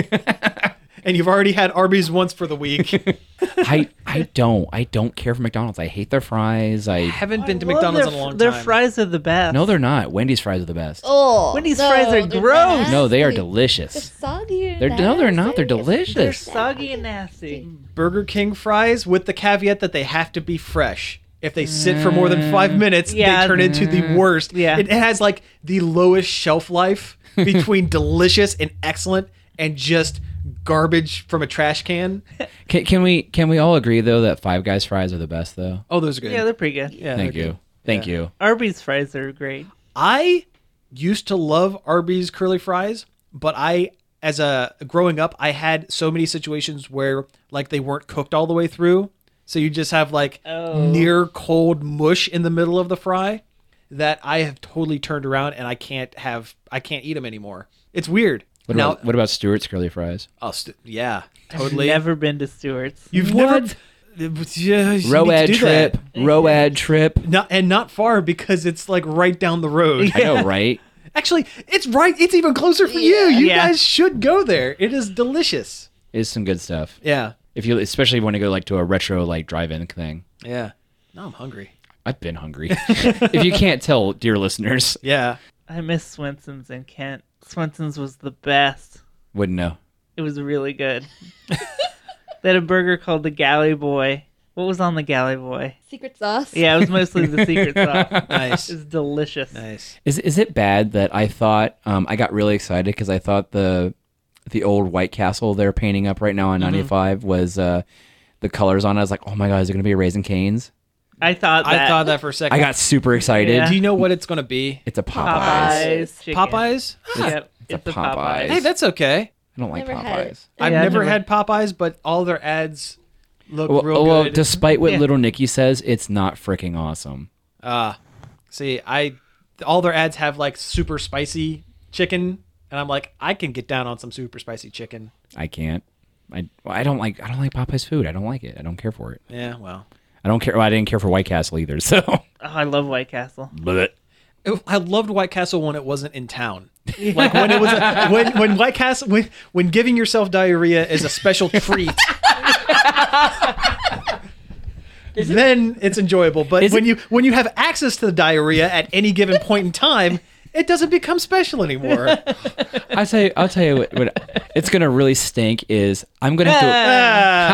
Speaker 1: And you've already had Arby's once for the week.
Speaker 3: I I don't I don't care for McDonald's. I hate their fries. I
Speaker 1: haven't been to
Speaker 2: Love
Speaker 1: McDonald's
Speaker 2: their,
Speaker 1: in a long
Speaker 2: Their
Speaker 1: time.
Speaker 2: fries are the best.
Speaker 3: no, they're not. Wendy's fries are the best.
Speaker 4: Oh,
Speaker 2: Wendy's
Speaker 4: no,
Speaker 2: fries are
Speaker 4: they're
Speaker 2: gross.
Speaker 4: nasty.
Speaker 3: No, they are
Speaker 4: They're
Speaker 3: delicious.
Speaker 4: soggy. and
Speaker 3: They're no, they're not. They're
Speaker 2: They're
Speaker 4: nasty.
Speaker 3: delicious.
Speaker 2: soggy and nasty.
Speaker 1: Burger King fries with the caveat that they have to be fresh. If they sit for more than five minutes,
Speaker 2: Yeah.
Speaker 1: they turn into the worst.
Speaker 2: Yeah.
Speaker 1: It has like the lowest shelf life between delicious and excellent and just garbage from a trash can.
Speaker 3: Can, can we can we all agree though that Five Guys fries are the best though?
Speaker 1: Oh, those are good.
Speaker 2: Yeah, they're pretty good.
Speaker 1: Yeah,
Speaker 3: Thank
Speaker 1: they're
Speaker 3: you.
Speaker 1: good.
Speaker 3: Thank you.
Speaker 2: Arby's fries are great.
Speaker 1: I used to love Arby's curly fries, but I as a growing up, I had so many situations where like they weren't cooked all the way through. So you just have like
Speaker 2: Oh.
Speaker 1: near cold mush in the middle of the fry that I have totally turned around and I can't have I can't eat them anymore. It's weird.
Speaker 3: What
Speaker 1: now,
Speaker 3: about what about Stewart's curly fries?
Speaker 1: I'll st- yeah,
Speaker 2: Totally.
Speaker 1: totally.
Speaker 2: Never been to Stewart's.
Speaker 1: You've
Speaker 3: What?
Speaker 1: never yeah, you need to
Speaker 3: Road
Speaker 1: do that.
Speaker 3: trip. Road trip.
Speaker 1: Not, and not far because it's like right down the road.
Speaker 3: I know, right?
Speaker 1: Actually, it's right. It's even closer for you. You
Speaker 2: Yeah.
Speaker 1: guys should go there. It is delicious.
Speaker 3: It is some good stuff.
Speaker 1: Yeah.
Speaker 3: If you especially want to go like to a retro like drive-in thing.
Speaker 1: Yeah. Now I'm hungry.
Speaker 3: I've been hungry. if you can't tell, dear listeners,
Speaker 1: Yeah.
Speaker 2: I miss Swenson's in Kent. Swenson's was the best.
Speaker 3: wouldn't know.
Speaker 2: It was really good. they had a burger called the Galley Boy. What was on the Galley Boy?
Speaker 4: Secret sauce.
Speaker 2: Yeah, it was mostly the secret sauce.
Speaker 1: Nice.
Speaker 2: It's delicious.
Speaker 1: nice.
Speaker 3: Is is it bad that I thought um, I got really excited because I thought the the old White Castle they're painting up right now on 95 was uh, the colors on it. I was like, oh my god, is it gonna be a raisin canes?
Speaker 2: I thought that.
Speaker 1: I thought that for a second.
Speaker 3: I got super excited.
Speaker 2: Yeah.
Speaker 1: Do you know what it's going to be?
Speaker 3: It's a Popeyes.
Speaker 2: Popeyes. chicken.
Speaker 1: Popeyes? Ah,
Speaker 2: Yep.
Speaker 3: It's a Popeyes.
Speaker 1: Hey, that's okay.
Speaker 3: I don't like
Speaker 4: Never had it.
Speaker 3: Popeyes.
Speaker 1: I've
Speaker 2: Yeah, I've
Speaker 1: never,
Speaker 2: never-
Speaker 1: had Popeyes, but all their ads look
Speaker 3: Well,
Speaker 1: real
Speaker 3: well,
Speaker 1: good.
Speaker 3: despite what
Speaker 2: Yeah.
Speaker 3: Little Nicky says, it's not freaking awesome.
Speaker 1: Ah. see, I all their ads have like super spicy chicken, and I'm like, I can get down on some super spicy chicken.
Speaker 3: I can't. I well, I don't like I don't like Popeyes food. I don't like it. I don't care for it.
Speaker 1: Yeah. Well.
Speaker 3: I don't care. Well, I didn't care for White Castle either. So,
Speaker 2: Oh, I love White Castle.
Speaker 3: but
Speaker 1: Oh, I loved White Castle when it wasn't in town. Like when it was a, when when White Castle when when giving yourself diarrhea is a special treat. then it's enjoyable, but
Speaker 3: Is
Speaker 1: when
Speaker 3: it-
Speaker 1: you when you have access to the diarrhea at any given point in time, it doesn't become special anymore.
Speaker 3: I tell you, I'll tell you what, what it's gonna really stink is I'm gonna have to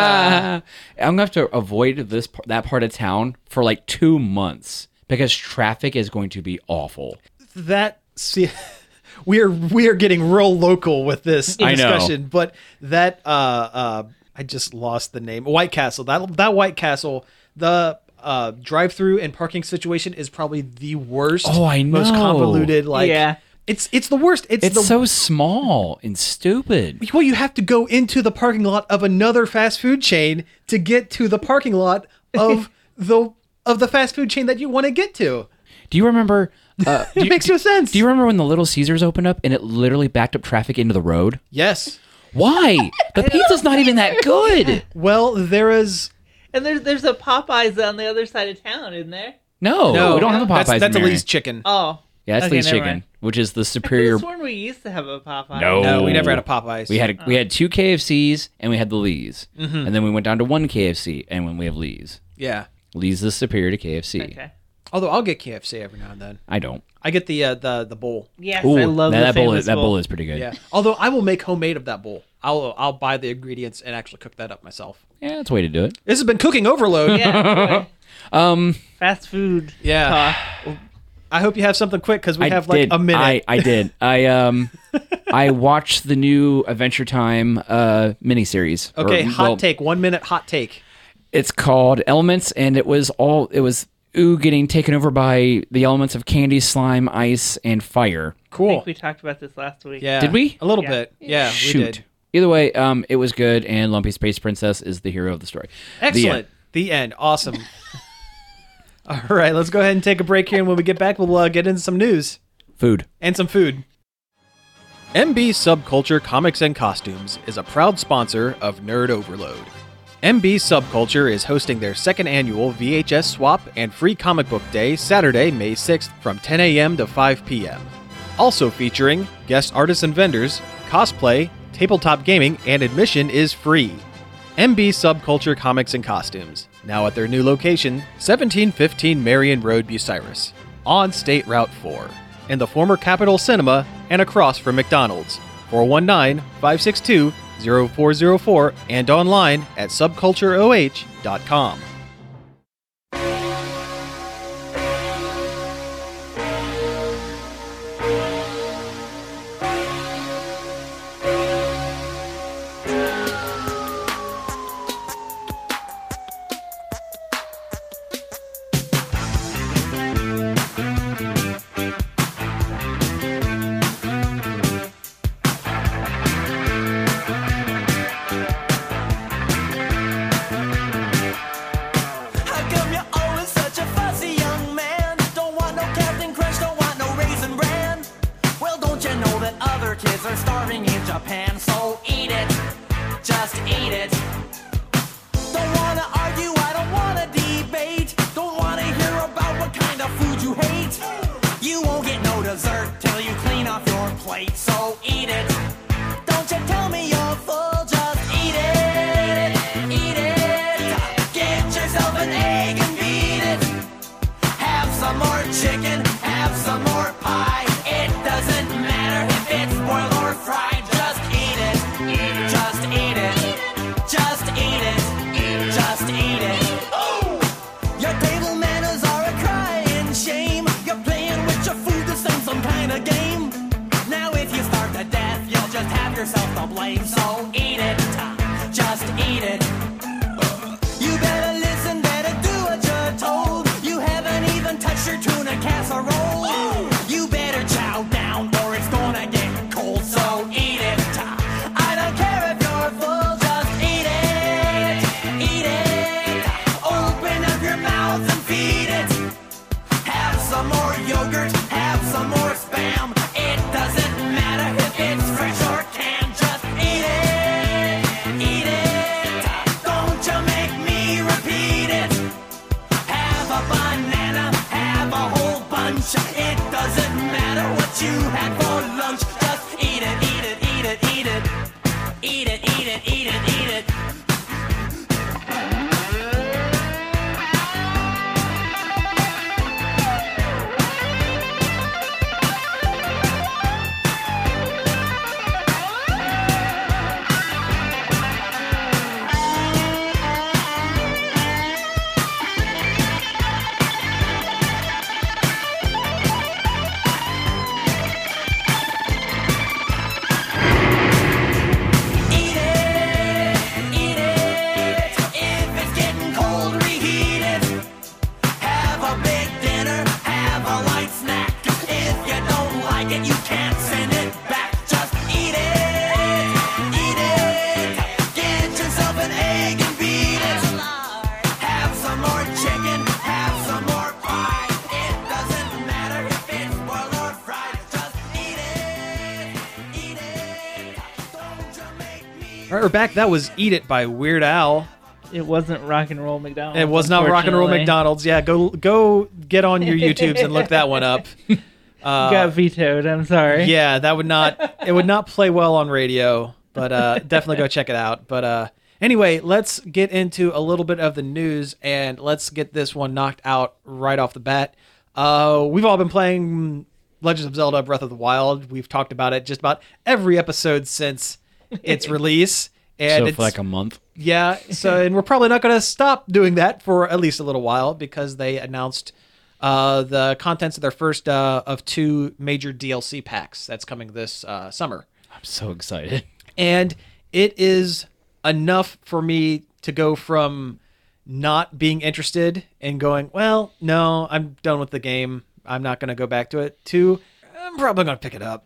Speaker 3: Ah. I'm gonna have to avoid this par- that part of town for like two months because traffic is going to be awful.
Speaker 1: that see, we are we are getting real local with this
Speaker 3: I know.
Speaker 1: discussion, but that uh, uh, I just lost the name White Castle. That that White Castle, the uh, drive-through and parking situation is probably the worst.
Speaker 3: Oh, I
Speaker 1: Most
Speaker 3: know.
Speaker 1: convoluted. Like,
Speaker 2: Yeah.
Speaker 1: it's it's the worst. It's,
Speaker 3: It's
Speaker 1: the
Speaker 3: so small and stupid.
Speaker 1: well, you have to go into the parking lot of another fast food chain to get to the parking lot of the of the fast food chain that you want to get to.
Speaker 3: Do you remember? Uh, do,
Speaker 1: It
Speaker 3: you,
Speaker 1: makes no sense.
Speaker 3: do you remember when the Little Caesars opened up and it literally backed up traffic into the road?
Speaker 1: yes.
Speaker 3: Why? The pizza's not even that good.
Speaker 1: Well, there is
Speaker 2: And there's there's a Popeyes on the other side of town, isn't there?
Speaker 3: No, we don't have a Popeyes.
Speaker 1: That's, that's
Speaker 3: in Marion.
Speaker 1: Elise Chicken.
Speaker 2: Oh.
Speaker 3: Yeah, that's
Speaker 2: Okay,
Speaker 3: Lee's
Speaker 2: never
Speaker 3: chicken,
Speaker 2: mind.
Speaker 3: which is the
Speaker 2: I
Speaker 3: superior.
Speaker 2: could've sworn we used to have a Popeye.
Speaker 3: No.
Speaker 1: No, we never had a Popeyes.
Speaker 3: We had we had two
Speaker 2: Mm-hmm.
Speaker 3: KFCs and we had the Lee's, and then we went down to one KFC and when we have Lee's.
Speaker 1: yeah.
Speaker 3: Lee's the superior to KFC.
Speaker 2: Okay.
Speaker 1: Although I'll get KFC every now and then.
Speaker 3: I don't.
Speaker 1: I get the uh, the the bowl.
Speaker 2: Yes,
Speaker 3: Ooh,
Speaker 2: I love
Speaker 3: that,
Speaker 2: the
Speaker 3: that bowl.
Speaker 2: famous
Speaker 3: Is, that bowl
Speaker 2: bowl.
Speaker 3: is pretty good.
Speaker 1: Yeah. Although I will make homemade of that bowl. I'll I'll buy the ingredients and actually cook that up myself.
Speaker 3: yeah, that's a way to do it.
Speaker 1: This has been cooking overload.
Speaker 2: Yeah. right.
Speaker 3: Um,
Speaker 2: Fast food.
Speaker 1: Yeah.
Speaker 2: talk.
Speaker 1: I hope you have something quick because we
Speaker 3: I
Speaker 1: have like
Speaker 3: did.
Speaker 1: a minute.
Speaker 3: I, I did. I um, I watched the new Adventure Time uh miniseries. Or,
Speaker 1: okay. hot
Speaker 3: well,
Speaker 1: take. One minute. Hot take.
Speaker 3: It's called Elements, and it was all it was. Ooh, getting taken over by the elements of candy, slime, ice, and fire.
Speaker 2: I
Speaker 1: Cool.
Speaker 2: think we talked about this last week.
Speaker 1: yeah.
Speaker 3: Did we?
Speaker 1: A little
Speaker 2: Yeah.
Speaker 1: bit. Yeah.
Speaker 3: Shoot.
Speaker 1: We did.
Speaker 3: Either way, um, it was good, and Lumpy Space Princess is the hero of the story. The end.
Speaker 1: Excellent. The end. Awesome. All right. Let's go ahead and take a break here, and when we get back, we'll uh, get into some news.
Speaker 3: Food.
Speaker 1: and some food. MB Subculture Comics and Costumes is a proud sponsor of Nerd Overload. MB Subculture is hosting their second annual VHS swap and free comic book day Saturday, May 6th from 10 a.m. to 5 p.m. Also featuring guest artists and vendors, cosplay, tabletop gaming, and admission is free. MB Subculture Comics and Costumes, now at their new location, 1715 Marion Road, Bucyrus, on State Route 4, in the former Capitol Cinema and across from McDonald's, 419 562 0404, and online at subcultureoh.com.
Speaker 5: How come you're always such a fussy young man? Don't want no Captain Crunch, don't want no Raisin Bran. Well, don't you know that other kids are starving in Japan? So eat it, just eat it. Don't wanna argue, I don't wanna debate. Don't wanna hear about what kind of food you hate. You won't get no dessert till you clean off your plate. So eat it. Don't you tell me you're full, just eat it. Eat it. Get yourself an egg and beat it. Have some more chicken, have some more pie. It doesn't matter if it's boiled or fried. Just eat it. Just eat it. Just eat it. Just eat it. Your table manners are a crying shame. You're playing with your food the same some kind of game. Now if you starve to death, you'll just have yourself to blame. So eat it, just eat it. You better listen, better do what you're told. You haven't even touched your tuna casserole. You better chow down or it's gonna get cold. So eat it. I don't care if you're full, just eat it. Eat it. Open up your mouth and feed it. Have some more yogurt, have some more spam. It doesn't matter if it's fresh or canned, just eat it. Eat it. Don't you make me repeat it. Have a banana, have a whole bunch. It doesn't matter what you had for lunch, just eat it, eat it, eat it, eat it. Eat it, eat it, eat it, eat it. Eat it, eat it. If it's getting cold, reheat it. Have a big dinner, have a light snack. If you don't like it, you can't send it back. Just eat it, eat it. Get yourself an egg and beat it. Have some more chicken, have some more pie. It doesn't matter if it's boiled or fried. Just eat it, eat it. Don't you make me.
Speaker 1: All right, we're back. That was Eat It by Weird Al.
Speaker 2: It wasn't rock and roll McDonald's.
Speaker 1: It was not Rock and Roll
Speaker 2: unfortunately.
Speaker 1: McDonald's. Yeah, go go get on your YouTubes and look that one up. Uh,
Speaker 2: Got vetoed. I'm sorry.
Speaker 1: yeah that would not it would not play well on radio but uh definitely go check it out but uh Anyway, let's get into a little bit of the news and let's get this one knocked out right off the bat. Uh, we've all been playing Legends of Zelda Breath of the Wild. We've talked about it just about every episode since its release. And
Speaker 3: so
Speaker 1: it's,
Speaker 3: for like a month.
Speaker 1: yeah, so and we're probably not going to stop doing that for at least a little while because they announced uh, the contents of their first uh, of two major DLC packs that's coming this uh, summer
Speaker 3: I'm so excited.
Speaker 1: and it is enough for me to go from not being interested and going, well, no, I'm done with the game. I'm not going to go back to it. To I'm probably going to pick it up.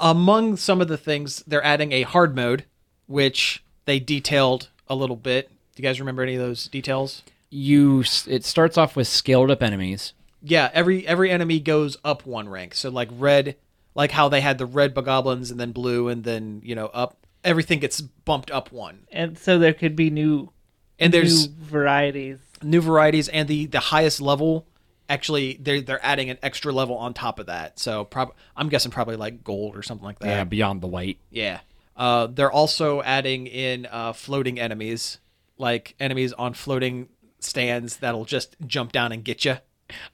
Speaker 1: Among some of the things, they're adding a hard mode, which they detailed a little bit. Do you guys remember any of those details?
Speaker 3: You s- it starts off with scaled up enemies.
Speaker 1: Yeah, every every enemy goes up one rank. So like red, like how they had the red bogoblins and then blue and then you know up. Everything gets bumped up one.
Speaker 2: and so there could be new
Speaker 1: And there's
Speaker 2: new varieties.
Speaker 1: new varieties and the the highest level actually they're they're adding an extra level on top of that so prob- i'm guessing probably like gold or something like
Speaker 3: Yeah,
Speaker 1: that
Speaker 3: uh, beyond the white.
Speaker 1: yeah, Uh, they're also adding in uh, floating enemies like enemies on floating stands that'll just jump down and get you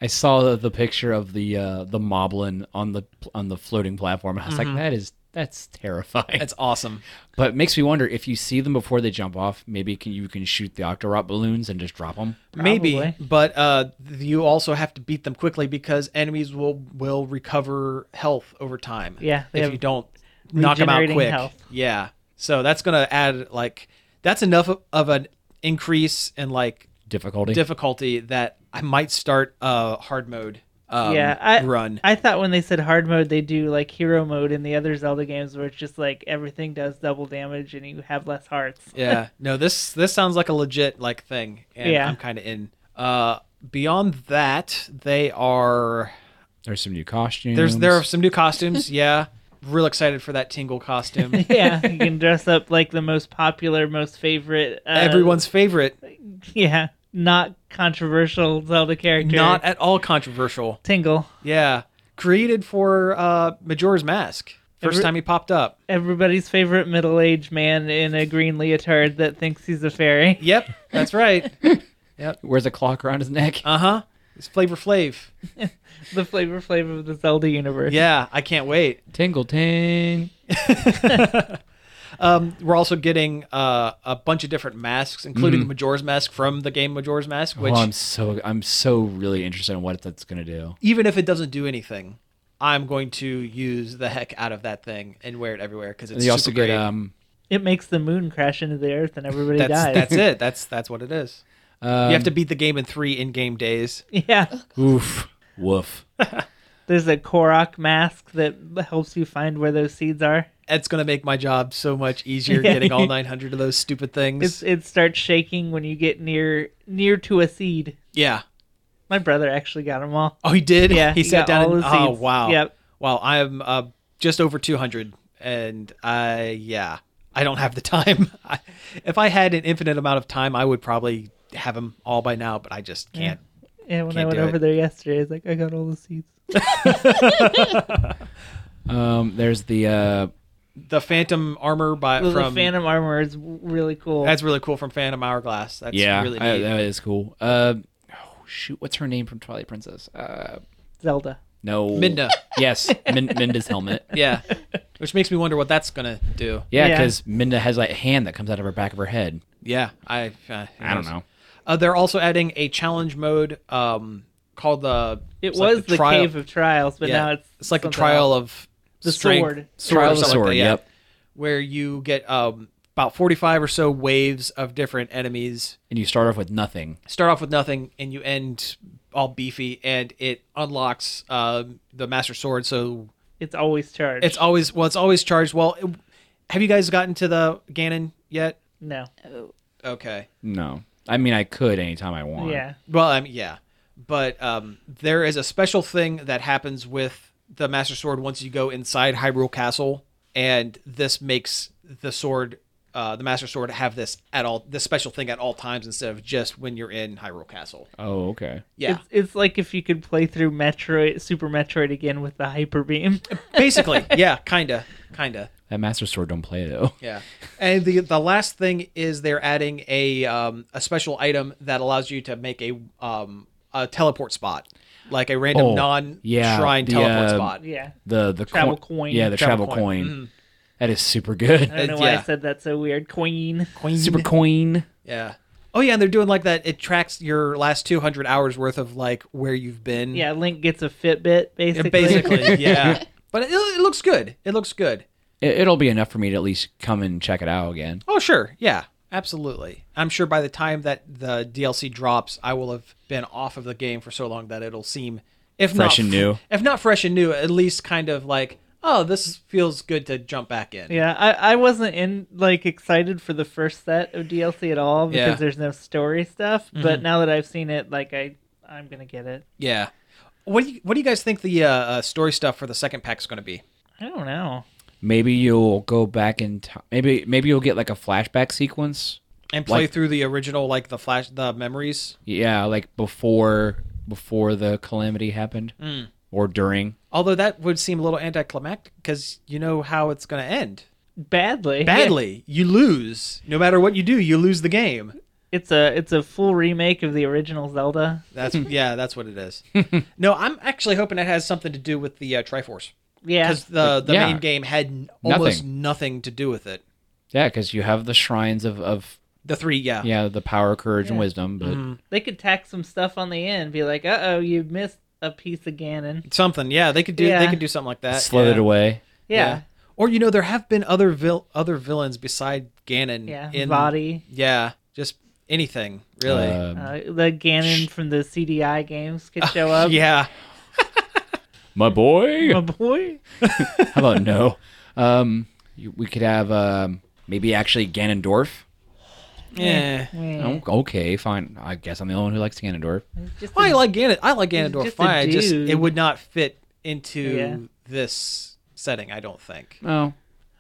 Speaker 3: I saw the, the picture of the uh, the moblin on the on the floating platform. and I was like, that is Mm-hmm. that's terrifying.
Speaker 1: that's awesome
Speaker 3: but it makes me wonder if you see them before they jump off. Maybe can you can shoot the octorot balloons and just drop them?
Speaker 1: maybe
Speaker 2: Probably.
Speaker 1: but uh, you also have to beat them quickly because enemies will will recover health over time
Speaker 2: Yeah, they
Speaker 1: if
Speaker 2: have
Speaker 1: you don't knock them out
Speaker 2: regenerating
Speaker 1: quick
Speaker 2: health.
Speaker 1: yeah so that's gonna add like that's enough of, of an increase in like
Speaker 3: Difficulty.
Speaker 1: difficulty that i might start uh hard mode um,
Speaker 2: yeah, I
Speaker 1: run
Speaker 2: I thought when they said hard mode, they do like hero mode in the other Zelda games, where it's just like everything does double damage and you have less hearts.
Speaker 1: yeah no this this sounds like a legit like thing and
Speaker 2: Yeah.
Speaker 1: i'm kind of in uh beyond that they are
Speaker 3: There's some new costumes.
Speaker 1: there's there are some new costumes yeah real excited for that tingle costume
Speaker 2: yeah, you can dress up like the most popular, most favorite. Uh,
Speaker 1: everyone's favorite
Speaker 2: yeah, not controversial Zelda character.
Speaker 1: not at all controversial
Speaker 2: Tingle.
Speaker 1: yeah created for uh majora's mask first
Speaker 2: Every-
Speaker 1: time he popped up
Speaker 2: Everybody's favorite middle-aged man in a green leotard that thinks he's a fairy.
Speaker 1: Yep, that's right.
Speaker 3: wears a clock around his neck.
Speaker 1: Uh huh. It's Flavor Flav.
Speaker 2: The flavor flavor of the Zelda universe.
Speaker 1: Yeah, I can't wait.
Speaker 3: Tingle ting.
Speaker 1: Um, We're also getting uh, a bunch of different masks, including the Majora's Mask from the game Majora's Mask, which
Speaker 3: Well, Oh, I'm so I'm so really interested in what that's gonna do.
Speaker 1: even if it doesn't do anything, I'm going to use the heck out of that thing and wear it everywhere because it's
Speaker 3: They also
Speaker 1: super
Speaker 3: get
Speaker 1: great.
Speaker 3: um
Speaker 2: It makes the moon crash into the earth and everybody
Speaker 1: that's
Speaker 2: dies.
Speaker 1: that's it. That's that's what it is.
Speaker 3: um,
Speaker 1: you have to beat the game in three in-game days.
Speaker 2: Yeah.
Speaker 3: um, oof woof.
Speaker 2: There's a Korok mask that helps you find where those seeds are.
Speaker 1: It's gonna make my job so much easier
Speaker 2: Yeah.
Speaker 1: getting all 900 of those stupid things.
Speaker 2: It's, it starts shaking when you get near near to a seed.
Speaker 1: yeah.
Speaker 2: My brother actually got them all.
Speaker 1: Oh, he did.
Speaker 2: Yeah,
Speaker 1: he
Speaker 2: he
Speaker 1: sat
Speaker 2: got
Speaker 1: down.
Speaker 2: all
Speaker 1: And,
Speaker 2: the
Speaker 1: oh,
Speaker 2: seeds.
Speaker 1: wow.
Speaker 2: Yep.
Speaker 1: Wow. I'm uh, just over 200, and I yeah, I don't have the time. I, if I had an infinite amount of time, I would probably have them all by now, but I just can't.
Speaker 2: And when I
Speaker 1: Can't
Speaker 2: went
Speaker 1: do
Speaker 2: over
Speaker 1: it.
Speaker 2: there yesterday, I was like, I got all the seeds.
Speaker 3: Um, there's the uh,
Speaker 1: The Phantom armor by
Speaker 2: The, the
Speaker 1: from
Speaker 2: Phantom armor is really cool.
Speaker 1: that's really cool from Phantom Hourglass. That's
Speaker 3: yeah
Speaker 1: really
Speaker 3: I-
Speaker 1: neat.
Speaker 3: that is cool. Uh, oh shoot, what's her name from Twilight Princess? Uh,
Speaker 2: Zelda.
Speaker 3: no
Speaker 1: Midna.
Speaker 3: Yes, Min- Minda's helmet.
Speaker 1: yeah, which makes me wonder what that's gonna do.
Speaker 3: Yeah,
Speaker 2: Yeah.
Speaker 3: because Minda has that hand that comes out of her back of her head.
Speaker 1: Yeah, I uh,
Speaker 3: I don't know.
Speaker 1: Uh, they're also adding a challenge mode um, called the
Speaker 2: It
Speaker 1: it's like
Speaker 2: was the
Speaker 1: trial-
Speaker 2: Cave of Trials, but
Speaker 1: Yeah.
Speaker 2: now it's
Speaker 1: like a
Speaker 2: something
Speaker 1: trial
Speaker 2: else.
Speaker 1: of
Speaker 2: The
Speaker 1: strength-
Speaker 2: sword.
Speaker 1: or
Speaker 3: Trial of the
Speaker 1: something like
Speaker 3: sword.
Speaker 1: that, yeah,
Speaker 3: yep.
Speaker 1: where you get um, about forty-five or so waves of different enemies.
Speaker 3: And you start off with nothing.
Speaker 1: Start off with nothing, and you end all beefy, and it unlocks um the master sword. So
Speaker 2: It's always charged.
Speaker 1: it's always well, it's always charged. Well, it- have you guys gotten to the Ganon yet?
Speaker 2: no.
Speaker 4: Oh,
Speaker 1: Okay.
Speaker 3: No, I mean I could anytime I want.
Speaker 2: Yeah.
Speaker 1: Well, I mean, yeah, but um, there is a special thing that happens with the Master Sword once you go inside Hyrule Castle, and this makes the sword, uh, the Master Sword, have this at all this special thing at all times instead of just when you're in Hyrule Castle.
Speaker 3: Oh, okay.
Speaker 1: Yeah,
Speaker 2: It's, it's like if you could play through Metroid, Super Metroid again with the hyper beam.
Speaker 1: basically, yeah, kinda, kinda.
Speaker 3: That Master Sword don't play though.
Speaker 1: Yeah. And the the last thing is they're adding a um, a special item that allows you to make a um, a teleport spot, like a random
Speaker 3: Oh,
Speaker 1: non
Speaker 3: yeah,
Speaker 1: shrine
Speaker 3: the,
Speaker 1: teleport
Speaker 3: uh,
Speaker 1: spot.
Speaker 2: Yeah.
Speaker 3: The the
Speaker 2: Travel
Speaker 3: coin-
Speaker 2: coin.
Speaker 3: Yeah, the travel,
Speaker 1: Travel
Speaker 3: coin.
Speaker 1: coin.
Speaker 3: That is super good.
Speaker 2: I don't know
Speaker 1: Uh,
Speaker 2: why
Speaker 1: yeah.
Speaker 2: I said that so weird. Queen.
Speaker 3: Super coin.
Speaker 1: Yeah. Oh yeah, and they're doing like that. It tracks your last two hundred hours worth of like where you've been.
Speaker 2: Yeah, Link gets a Fitbit
Speaker 1: Yeah,
Speaker 2: basically.
Speaker 1: basically. yeah. But it, it looks good. It looks good.
Speaker 3: It, it'll be enough for me to at least come and check it out again.
Speaker 1: Oh sure, yeah, absolutely. I'm sure by the time that the DLC drops, I will have been off of the game for so long that it'll seem, if
Speaker 3: Fresh
Speaker 1: not
Speaker 3: and new.
Speaker 1: if not fresh and new, at least kind of like, oh, this feels good to jump back in.
Speaker 2: Yeah, I, I wasn't in like excited for the first set of DLC at all because
Speaker 1: Yeah. Mm-hmm.
Speaker 2: there's no story stuff. But now that I've seen it, like I I'm gonna get it.
Speaker 1: Yeah. What do you What do you guys think the uh, uh, story stuff for the second pack is going to be?
Speaker 2: I don't know.
Speaker 3: Maybe you'll go back in time. Maybe maybe you'll get like a flashback sequence.
Speaker 1: And play
Speaker 3: Like-
Speaker 1: through the original, like the flash, the memories.
Speaker 3: Yeah, like before before the calamity happened or during.
Speaker 1: Although that would seem a little anticlimactic because you know how it's going to end.
Speaker 2: Badly.
Speaker 1: Badly, you lose. No matter what you do, you lose the game.
Speaker 2: It's a it's a full remake of the original Zelda.
Speaker 1: That's yeah, that's what it is. no, I'm actually hoping it has something to do with the uh, Triforce
Speaker 2: Yeah.
Speaker 1: because the the
Speaker 3: Yeah.
Speaker 1: main game had n- almost nothing to do with it.
Speaker 3: Yeah, because you have the shrines of of
Speaker 1: The three, yeah,
Speaker 3: yeah the power, courage, and wisdom.
Speaker 1: Mm-hmm.
Speaker 3: But
Speaker 2: They could tack some stuff on the end, be like, uh oh, you missed a piece of Ganon.
Speaker 1: something, yeah, they could do they
Speaker 2: Yeah.
Speaker 1: could do something like that.
Speaker 3: slither it
Speaker 1: yeah.
Speaker 3: away.
Speaker 2: Yeah.
Speaker 1: Or you know, there have been other vil- other villains beside Ganon.
Speaker 2: Yeah.
Speaker 1: in
Speaker 2: Body.
Speaker 1: Yeah, just anything really.
Speaker 3: Um,
Speaker 2: Uh, the Ganon from the CDI games could show up.
Speaker 1: yeah,
Speaker 3: my
Speaker 2: My
Speaker 3: boy.
Speaker 2: boy.
Speaker 3: How about no? Um, you, we could have um, maybe actually Ganondorf.
Speaker 1: yeah.
Speaker 3: Oh, okay, fine. I guess I'm the only one who likes Ganondorf.
Speaker 2: Just
Speaker 1: I like Ganon. I like Ganondorf.
Speaker 2: just a
Speaker 1: fine. I just
Speaker 2: dude.
Speaker 1: it would not fit into
Speaker 2: Yeah.
Speaker 1: this setting. I don't think.
Speaker 3: Oh, I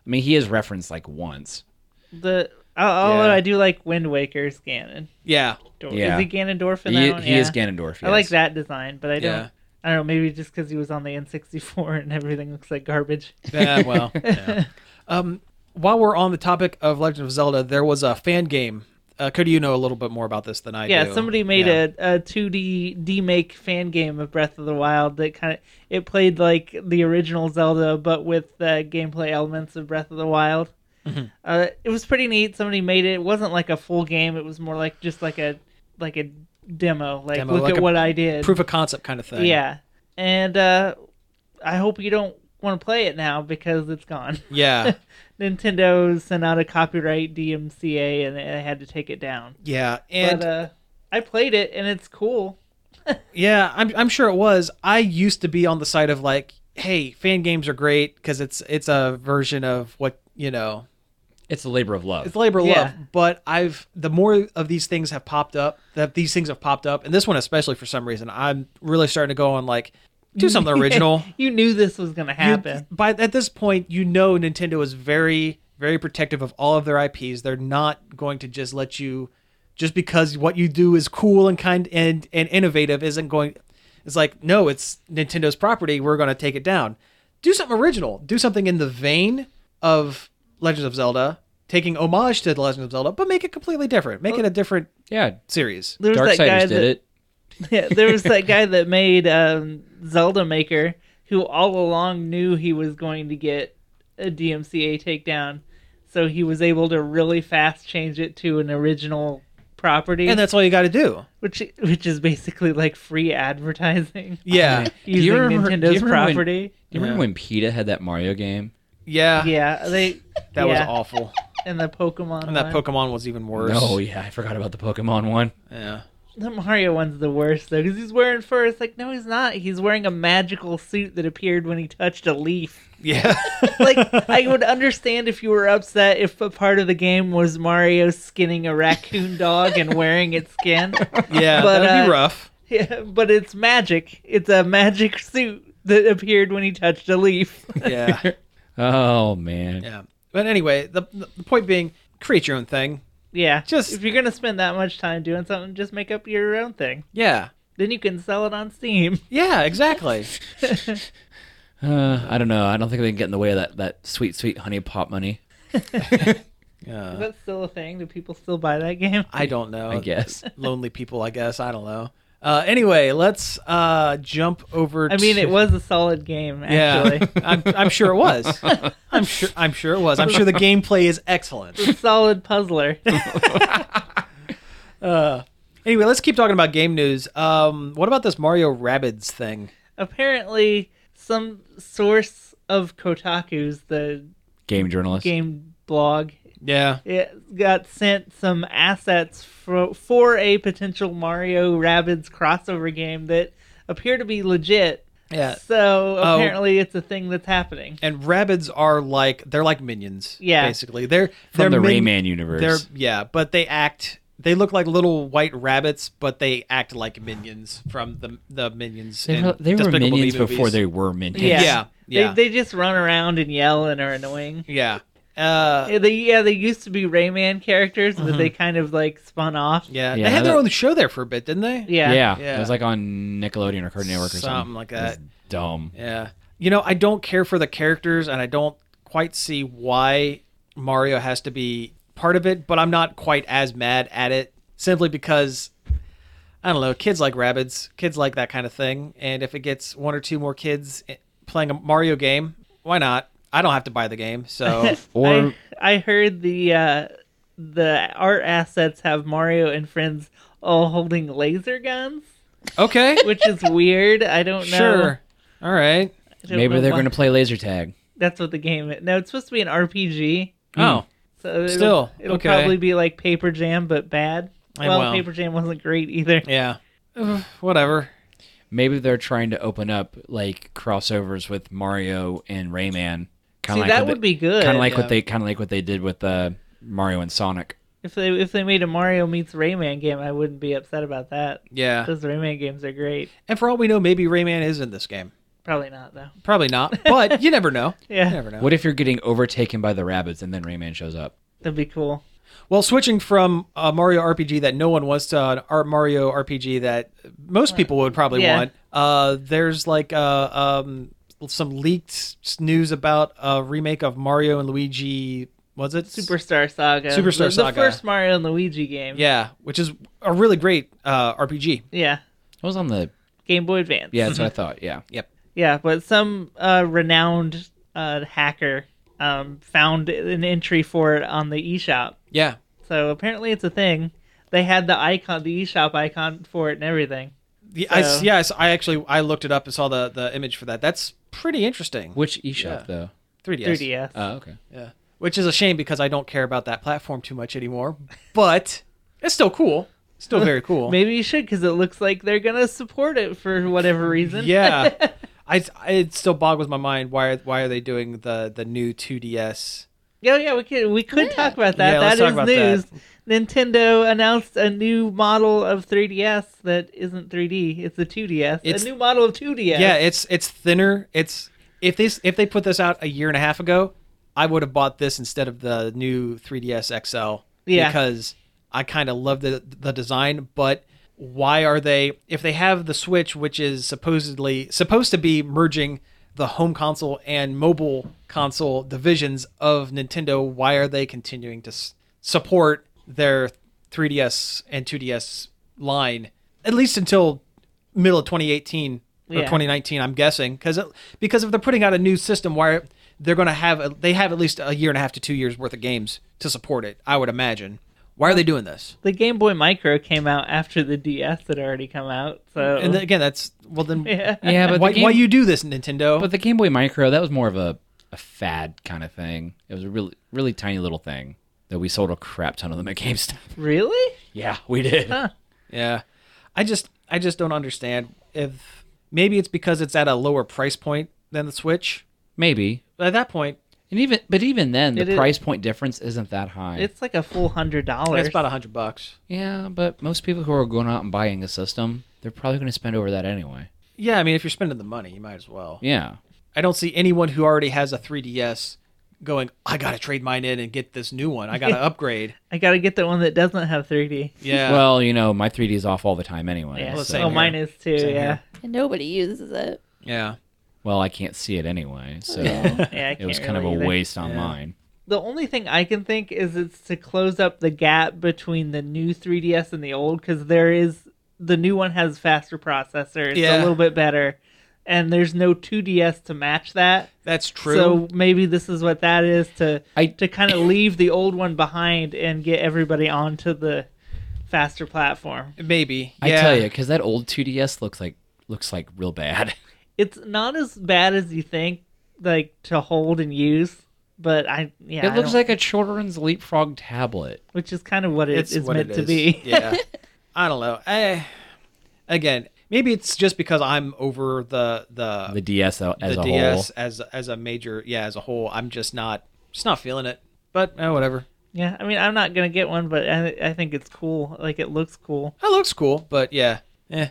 Speaker 3: mean, he is referenced like once.
Speaker 2: the oh, oh
Speaker 1: Yeah.
Speaker 2: I do like Wind Waker's Ganon.
Speaker 1: Yeah.
Speaker 2: Dor-
Speaker 3: Yeah.
Speaker 2: Is he Ganondorf in
Speaker 3: He,
Speaker 2: that one?
Speaker 3: he
Speaker 2: yeah.
Speaker 3: is Ganondorf.
Speaker 2: I like
Speaker 3: yes.
Speaker 2: that design, but I don't.
Speaker 1: Yeah.
Speaker 2: I don't know. Maybe just because he was on the N64 and everything looks like garbage.
Speaker 1: Yeah, well. yeah. Um, while we're on the topic of Legend of Zelda, there was a fan game. Uh, Cody, you know a little bit more about this than I
Speaker 2: yeah,
Speaker 1: do.
Speaker 2: somebody made
Speaker 1: Yeah.
Speaker 2: a, a 2D demake fan game of Breath of the Wild that kind of it played like the original Zelda, but with the gameplay elements of Breath of the Wild.
Speaker 1: Mm-hmm.
Speaker 2: Uh, it was pretty neat. Somebody made it. It wasn't like a full game. It was more like just like a like a demo. Like
Speaker 1: Demo,
Speaker 2: look
Speaker 1: like
Speaker 2: at
Speaker 1: a
Speaker 2: what I did.
Speaker 1: proof of concept kind of thing.
Speaker 2: Yeah, and uh, I hope you don't want to play it now because it's gone.
Speaker 1: yeah,
Speaker 2: Nintendo sent out a copyright DMCA, and I had to take it down.
Speaker 1: yeah, and
Speaker 2: but uh, I played it, and it's cool.
Speaker 1: yeah. I'm I'm sure it was. I used to be on the side of like, hey, fan games are great because it's it's a version of what you know
Speaker 3: It's a labor of love.
Speaker 1: it's labor of
Speaker 2: Yeah.
Speaker 1: love but i've the more of these things have popped up that these things have popped up and this one especially for some reason i'm really starting to go on like do something original
Speaker 2: You knew this was gonna
Speaker 1: you-
Speaker 2: happen.
Speaker 1: by at this point, you know Nintendo is very, very protective of all of their IPs. They're not going to just let you, just because what you do is cool and kind and and innovative isn't going. It's like no, it's Nintendo's property. We're going to take it down. Do something original. Do something in the vein of Legends of Zelda, taking homage to The Legend of Zelda, but make it completely different. Make it a different
Speaker 3: yeah,
Speaker 1: series.
Speaker 2: There was that guy
Speaker 3: Darksiders
Speaker 2: that
Speaker 3: did it.
Speaker 2: Yeah, there was that guy that made um, Zelda Maker, who all along knew he was going to get a DMCA takedown, so he was able to really fast change it to an original property.
Speaker 1: And that's all you got to do.
Speaker 2: which which is basically like free advertising.
Speaker 1: Yeah,
Speaker 2: using
Speaker 3: you remember- do you
Speaker 2: Nintendo's
Speaker 3: remember when-
Speaker 2: property.
Speaker 3: Do you remember when PETA had that Mario game? Ah.
Speaker 1: yeah,
Speaker 2: yeah, they
Speaker 1: That
Speaker 2: yeah, Uh-huh.
Speaker 1: was awful.
Speaker 2: And the Pokemon,
Speaker 1: And that
Speaker 2: one.
Speaker 1: Pokemon was even worse.
Speaker 3: Oh yeah, I forgot about the Pokemon one.
Speaker 1: yeah.
Speaker 2: the Mario one's the worst though, because he's wearing fur. It's like no, he's not. He's wearing a magical suit that appeared when he touched a leaf.
Speaker 1: Yeah.
Speaker 2: Like I would understand if you were upset if a part of the game was Mario skinning a raccoon dog and wearing its skin.
Speaker 1: yeah,
Speaker 2: But,
Speaker 1: that'd be
Speaker 2: uh,
Speaker 1: rough.
Speaker 2: Yeah, but it's magic. It's a magic suit that appeared when he touched a leaf.
Speaker 1: Yeah.
Speaker 3: Oh man.
Speaker 1: yeah. But anyway, the, the point being, create your own thing.
Speaker 2: Yeah.
Speaker 1: Just-
Speaker 2: if you're gonna spend that much time doing something, just make up your own thing.
Speaker 1: Yeah.
Speaker 2: Then you can sell it on Steam.
Speaker 1: Yeah, exactly.
Speaker 3: Uh, I don't know. I don't think they can get in the way of that, that sweet, sweet honey pop money,
Speaker 2: Is that still a thing? Do people still buy that game?
Speaker 1: I don't know.
Speaker 3: I guess.
Speaker 1: Lonely people, I guess. I don't know. Uh, anyway, let's uh, jump over.
Speaker 2: I mean,
Speaker 1: to-
Speaker 2: it was a solid game, actually.
Speaker 1: Yeah, I'm, I'm sure it was. I'm sure. I'm sure it was. I'm sure the gameplay is excellent.
Speaker 2: solid puzzler.
Speaker 1: Anyway, let's keep talking about game news. Um, what about this Mario Rabbids thing?
Speaker 2: Apparently, some source of Kotaku's, the
Speaker 3: Game journalist.
Speaker 2: game blog,
Speaker 1: Yeah,
Speaker 2: it got sent some assets for, for a potential Mario Rabbids crossover game that appear to be legit.
Speaker 1: yeah. Oh.
Speaker 2: So apparently, it's a thing that's happening.
Speaker 1: And Rabbids are like they're like minions.
Speaker 2: Yeah.
Speaker 1: basically they're they're
Speaker 3: from the
Speaker 1: min-
Speaker 3: Rayman
Speaker 1: They're
Speaker 3: universe.
Speaker 1: yeah, but they act. They look like little white rabbits, but they act like minions from the the minions.
Speaker 3: They
Speaker 1: in
Speaker 3: were, they were
Speaker 1: Despicable Me
Speaker 3: minions before
Speaker 1: movies.
Speaker 3: they were minions.
Speaker 2: Yeah,
Speaker 1: Yeah, yeah.
Speaker 2: They, they just run around and yell and are annoying.
Speaker 1: Yeah. Uh,
Speaker 2: Yeah, they, yeah, they used to be Rayman characters, but
Speaker 1: Mm-hmm.
Speaker 2: they kind of like spun off.
Speaker 1: yeah.
Speaker 3: Yeah,
Speaker 1: They had their
Speaker 3: that-
Speaker 1: own show there for a bit, didn't they?
Speaker 2: Yeah.
Speaker 3: Yeah.
Speaker 1: Yeah.
Speaker 3: It was like on Nickelodeon or Cartoon Network or something.
Speaker 1: Something like
Speaker 3: It was
Speaker 1: that.
Speaker 3: dumb.
Speaker 1: Yeah. You know, I don't care for the characters and I don't quite see why Mario has to be part of it, but I'm not quite as mad at it simply because I don't know, kids like rabbits, kids like that kind of thing, and if it gets one or two more kids eh, playing a Mario game, why not? I don't have to buy the game, so
Speaker 3: Or
Speaker 2: I, I heard the uh, the art assets have Mario and friends all holding laser guns,
Speaker 1: okay,
Speaker 2: which is weird. I don't know.
Speaker 1: sure, all right.
Speaker 2: I don't
Speaker 3: maybe
Speaker 2: know
Speaker 3: they're
Speaker 2: why-
Speaker 3: going to play laser tag.
Speaker 2: That's what the game is. No, it's supposed to be an RPG.
Speaker 3: Hmm.
Speaker 1: Oh,
Speaker 2: So it'll,
Speaker 1: Still,
Speaker 2: it'll
Speaker 1: okay.
Speaker 2: probably be like Paper Jam, but bad.
Speaker 1: I-
Speaker 2: well,
Speaker 1: well.
Speaker 2: Paper Jam wasn't great either.
Speaker 1: yeah, Ugh, whatever.
Speaker 3: Maybe they're trying to open up like crossovers with Mario and Rayman. Kind
Speaker 2: See, that would be good.
Speaker 3: Kind of like
Speaker 1: yeah.
Speaker 3: what they kind of like what they did with uh, Mario and Sonic.
Speaker 2: If they if they made a Mario meets Rayman game, I wouldn't be upset about that.
Speaker 1: Yeah,
Speaker 2: Those Rayman games are great.
Speaker 1: and for all we know, maybe Rayman is in this game.
Speaker 2: Probably not though.
Speaker 1: Probably not, but you never know.
Speaker 2: Yeah.
Speaker 1: you never know.
Speaker 3: What if you're getting overtaken by the rabbits and then Rayman shows up?
Speaker 2: That'd be cool.
Speaker 1: Well, switching from a Mario RPG that no one wants to an Ar- Mario RPG that most people would probably
Speaker 2: Yeah.
Speaker 1: want. Uh, there's like uh, um, some leaked s- news about a remake of Mario and Luigi. Was it
Speaker 2: Superstar Saga.
Speaker 1: Superstar
Speaker 2: the, the
Speaker 1: Saga.
Speaker 2: first Mario and Luigi game.
Speaker 1: Yeah, which is a really great uh, RPG.
Speaker 2: Yeah.
Speaker 3: It was on the
Speaker 2: Game Boy Advance.
Speaker 3: yeah. That's what I thought. Yeah.
Speaker 1: Yep.
Speaker 2: Yeah, but some uh, renowned uh, hacker um, found an entry for it on the eShop.
Speaker 1: Yeah.
Speaker 2: So apparently it's a thing. They had the icon, the eShop icon for it and everything.
Speaker 1: The, I s
Speaker 2: So-
Speaker 1: yeah, I, s- I actually I looked it up and saw the the image for that. That's pretty interesting.
Speaker 3: Which
Speaker 1: Yeah.
Speaker 3: eShop though?
Speaker 1: 3DS.
Speaker 2: 3DS.
Speaker 3: Oh, okay.
Speaker 1: Yeah. Which is a shame because I don't care about that platform too much anymore. But it's still cool. Still very cool.
Speaker 2: Maybe you should, because it looks like they're gonna support it for whatever reason.
Speaker 1: yeah I, I- it still boggles my mind why are, why are they doing the the new 2ds
Speaker 2: Oh, Yeah, yeah, we could we could talk about that.
Speaker 1: Yeah, let's
Speaker 2: That
Speaker 1: talk
Speaker 2: is
Speaker 1: about
Speaker 2: news. Nintendo announced a new model of 3DS that isn't 3D. It's a 2DS.
Speaker 1: It's-
Speaker 2: a new model of 2DS.
Speaker 1: yeah it's it's thinner it's if this if they put this out a year and a half ago i would have bought this instead of the new 3ds xl
Speaker 2: Yeah.
Speaker 1: because i kind of love the the design but why are they if they have the switch which is supposedly supposed to be merging the home console and mobile console divisions of nintendo why are they continuing to s- support their 3ds and 2ds line at least until middle of 2018 or
Speaker 2: Yeah.
Speaker 1: 2019 i'm guessing because because if they're putting out a new system where they're going to have a, they have at least a year and a half to two years worth of games to support it i would imagine why are they doing this
Speaker 2: The Game Boy Micro came out after the DS had already come out. So
Speaker 1: and then again that's well then
Speaker 2: yeah.
Speaker 3: Yeah, but
Speaker 1: why,
Speaker 3: the game,
Speaker 1: why you do this nintendo
Speaker 3: But the Game Boy Micro that was more of a, a fad kind of thing. It was a really really tiny little thing that we sold a crap ton of them at GameStop.
Speaker 2: Really?
Speaker 3: Yeah, we did.
Speaker 1: yeah i just i just don't understand if maybe it's because it's at a lower price point than the switch
Speaker 3: Maybe.
Speaker 1: but at that point
Speaker 3: And even but even then the
Speaker 2: It is-
Speaker 3: price point difference isn't that high.
Speaker 2: It's like a full hundred
Speaker 1: it's
Speaker 2: dollars.
Speaker 1: about a hundred bucks
Speaker 3: yeah, but most people who are going out and buying a system, they're probably going to spend over that anyway.
Speaker 1: yeah i mean if you're spending the money you might as well
Speaker 3: Yeah.
Speaker 1: I don't see anyone who already has a 3DS going, I got to trade mine in and get this new one. I got to upgrade.
Speaker 2: I gotta get the one that doesn't have 3D.
Speaker 1: Yeah.
Speaker 3: Well, you know, my 3D is off all the time anyway.
Speaker 2: Yeah.
Speaker 1: Well,
Speaker 3: so-
Speaker 1: same
Speaker 2: oh,
Speaker 1: here.
Speaker 2: mine is too.
Speaker 1: Same
Speaker 2: yeah.
Speaker 1: here.
Speaker 4: And nobody uses it.
Speaker 1: yeah.
Speaker 3: Well, I can't see it anyway, so
Speaker 2: Yeah, I can't
Speaker 3: it was kind of a
Speaker 2: really either.
Speaker 3: waste on mine.
Speaker 2: The only thing I can think is it's to close up the gap between the new 3DS and the old because there is the new one has faster processor. It's
Speaker 1: Yeah.
Speaker 2: a little bit better, and there's no 2DS to match that.
Speaker 1: That's true.
Speaker 2: So maybe this is what that is to
Speaker 3: I-
Speaker 2: to kind of leave the old one behind and get everybody onto the faster platform.
Speaker 1: Maybe.
Speaker 3: I
Speaker 1: yeah.
Speaker 3: tell you, because that old 2DS looks like looks like real bad.
Speaker 2: It's not as bad as you think, like to hold and use. But I yeah,
Speaker 3: it
Speaker 2: I
Speaker 3: looks
Speaker 2: don't-
Speaker 3: like a children's leapfrog tablet.
Speaker 2: which is kind of what it
Speaker 1: it's
Speaker 2: is
Speaker 1: what
Speaker 2: meant
Speaker 1: it
Speaker 2: to
Speaker 1: is.
Speaker 2: be.
Speaker 1: yeah. I don't know. I, again, maybe it's just because I'm over the the
Speaker 3: The DS o- as
Speaker 1: the
Speaker 3: a
Speaker 1: DS
Speaker 3: whole.
Speaker 1: as as a major yeah as a whole. I'm just not just not feeling it. But eh, whatever.
Speaker 2: Yeah, I mean, I'm not gonna get one, but I, I think it's cool. Like it looks cool.
Speaker 1: That looks cool. But yeah, eh.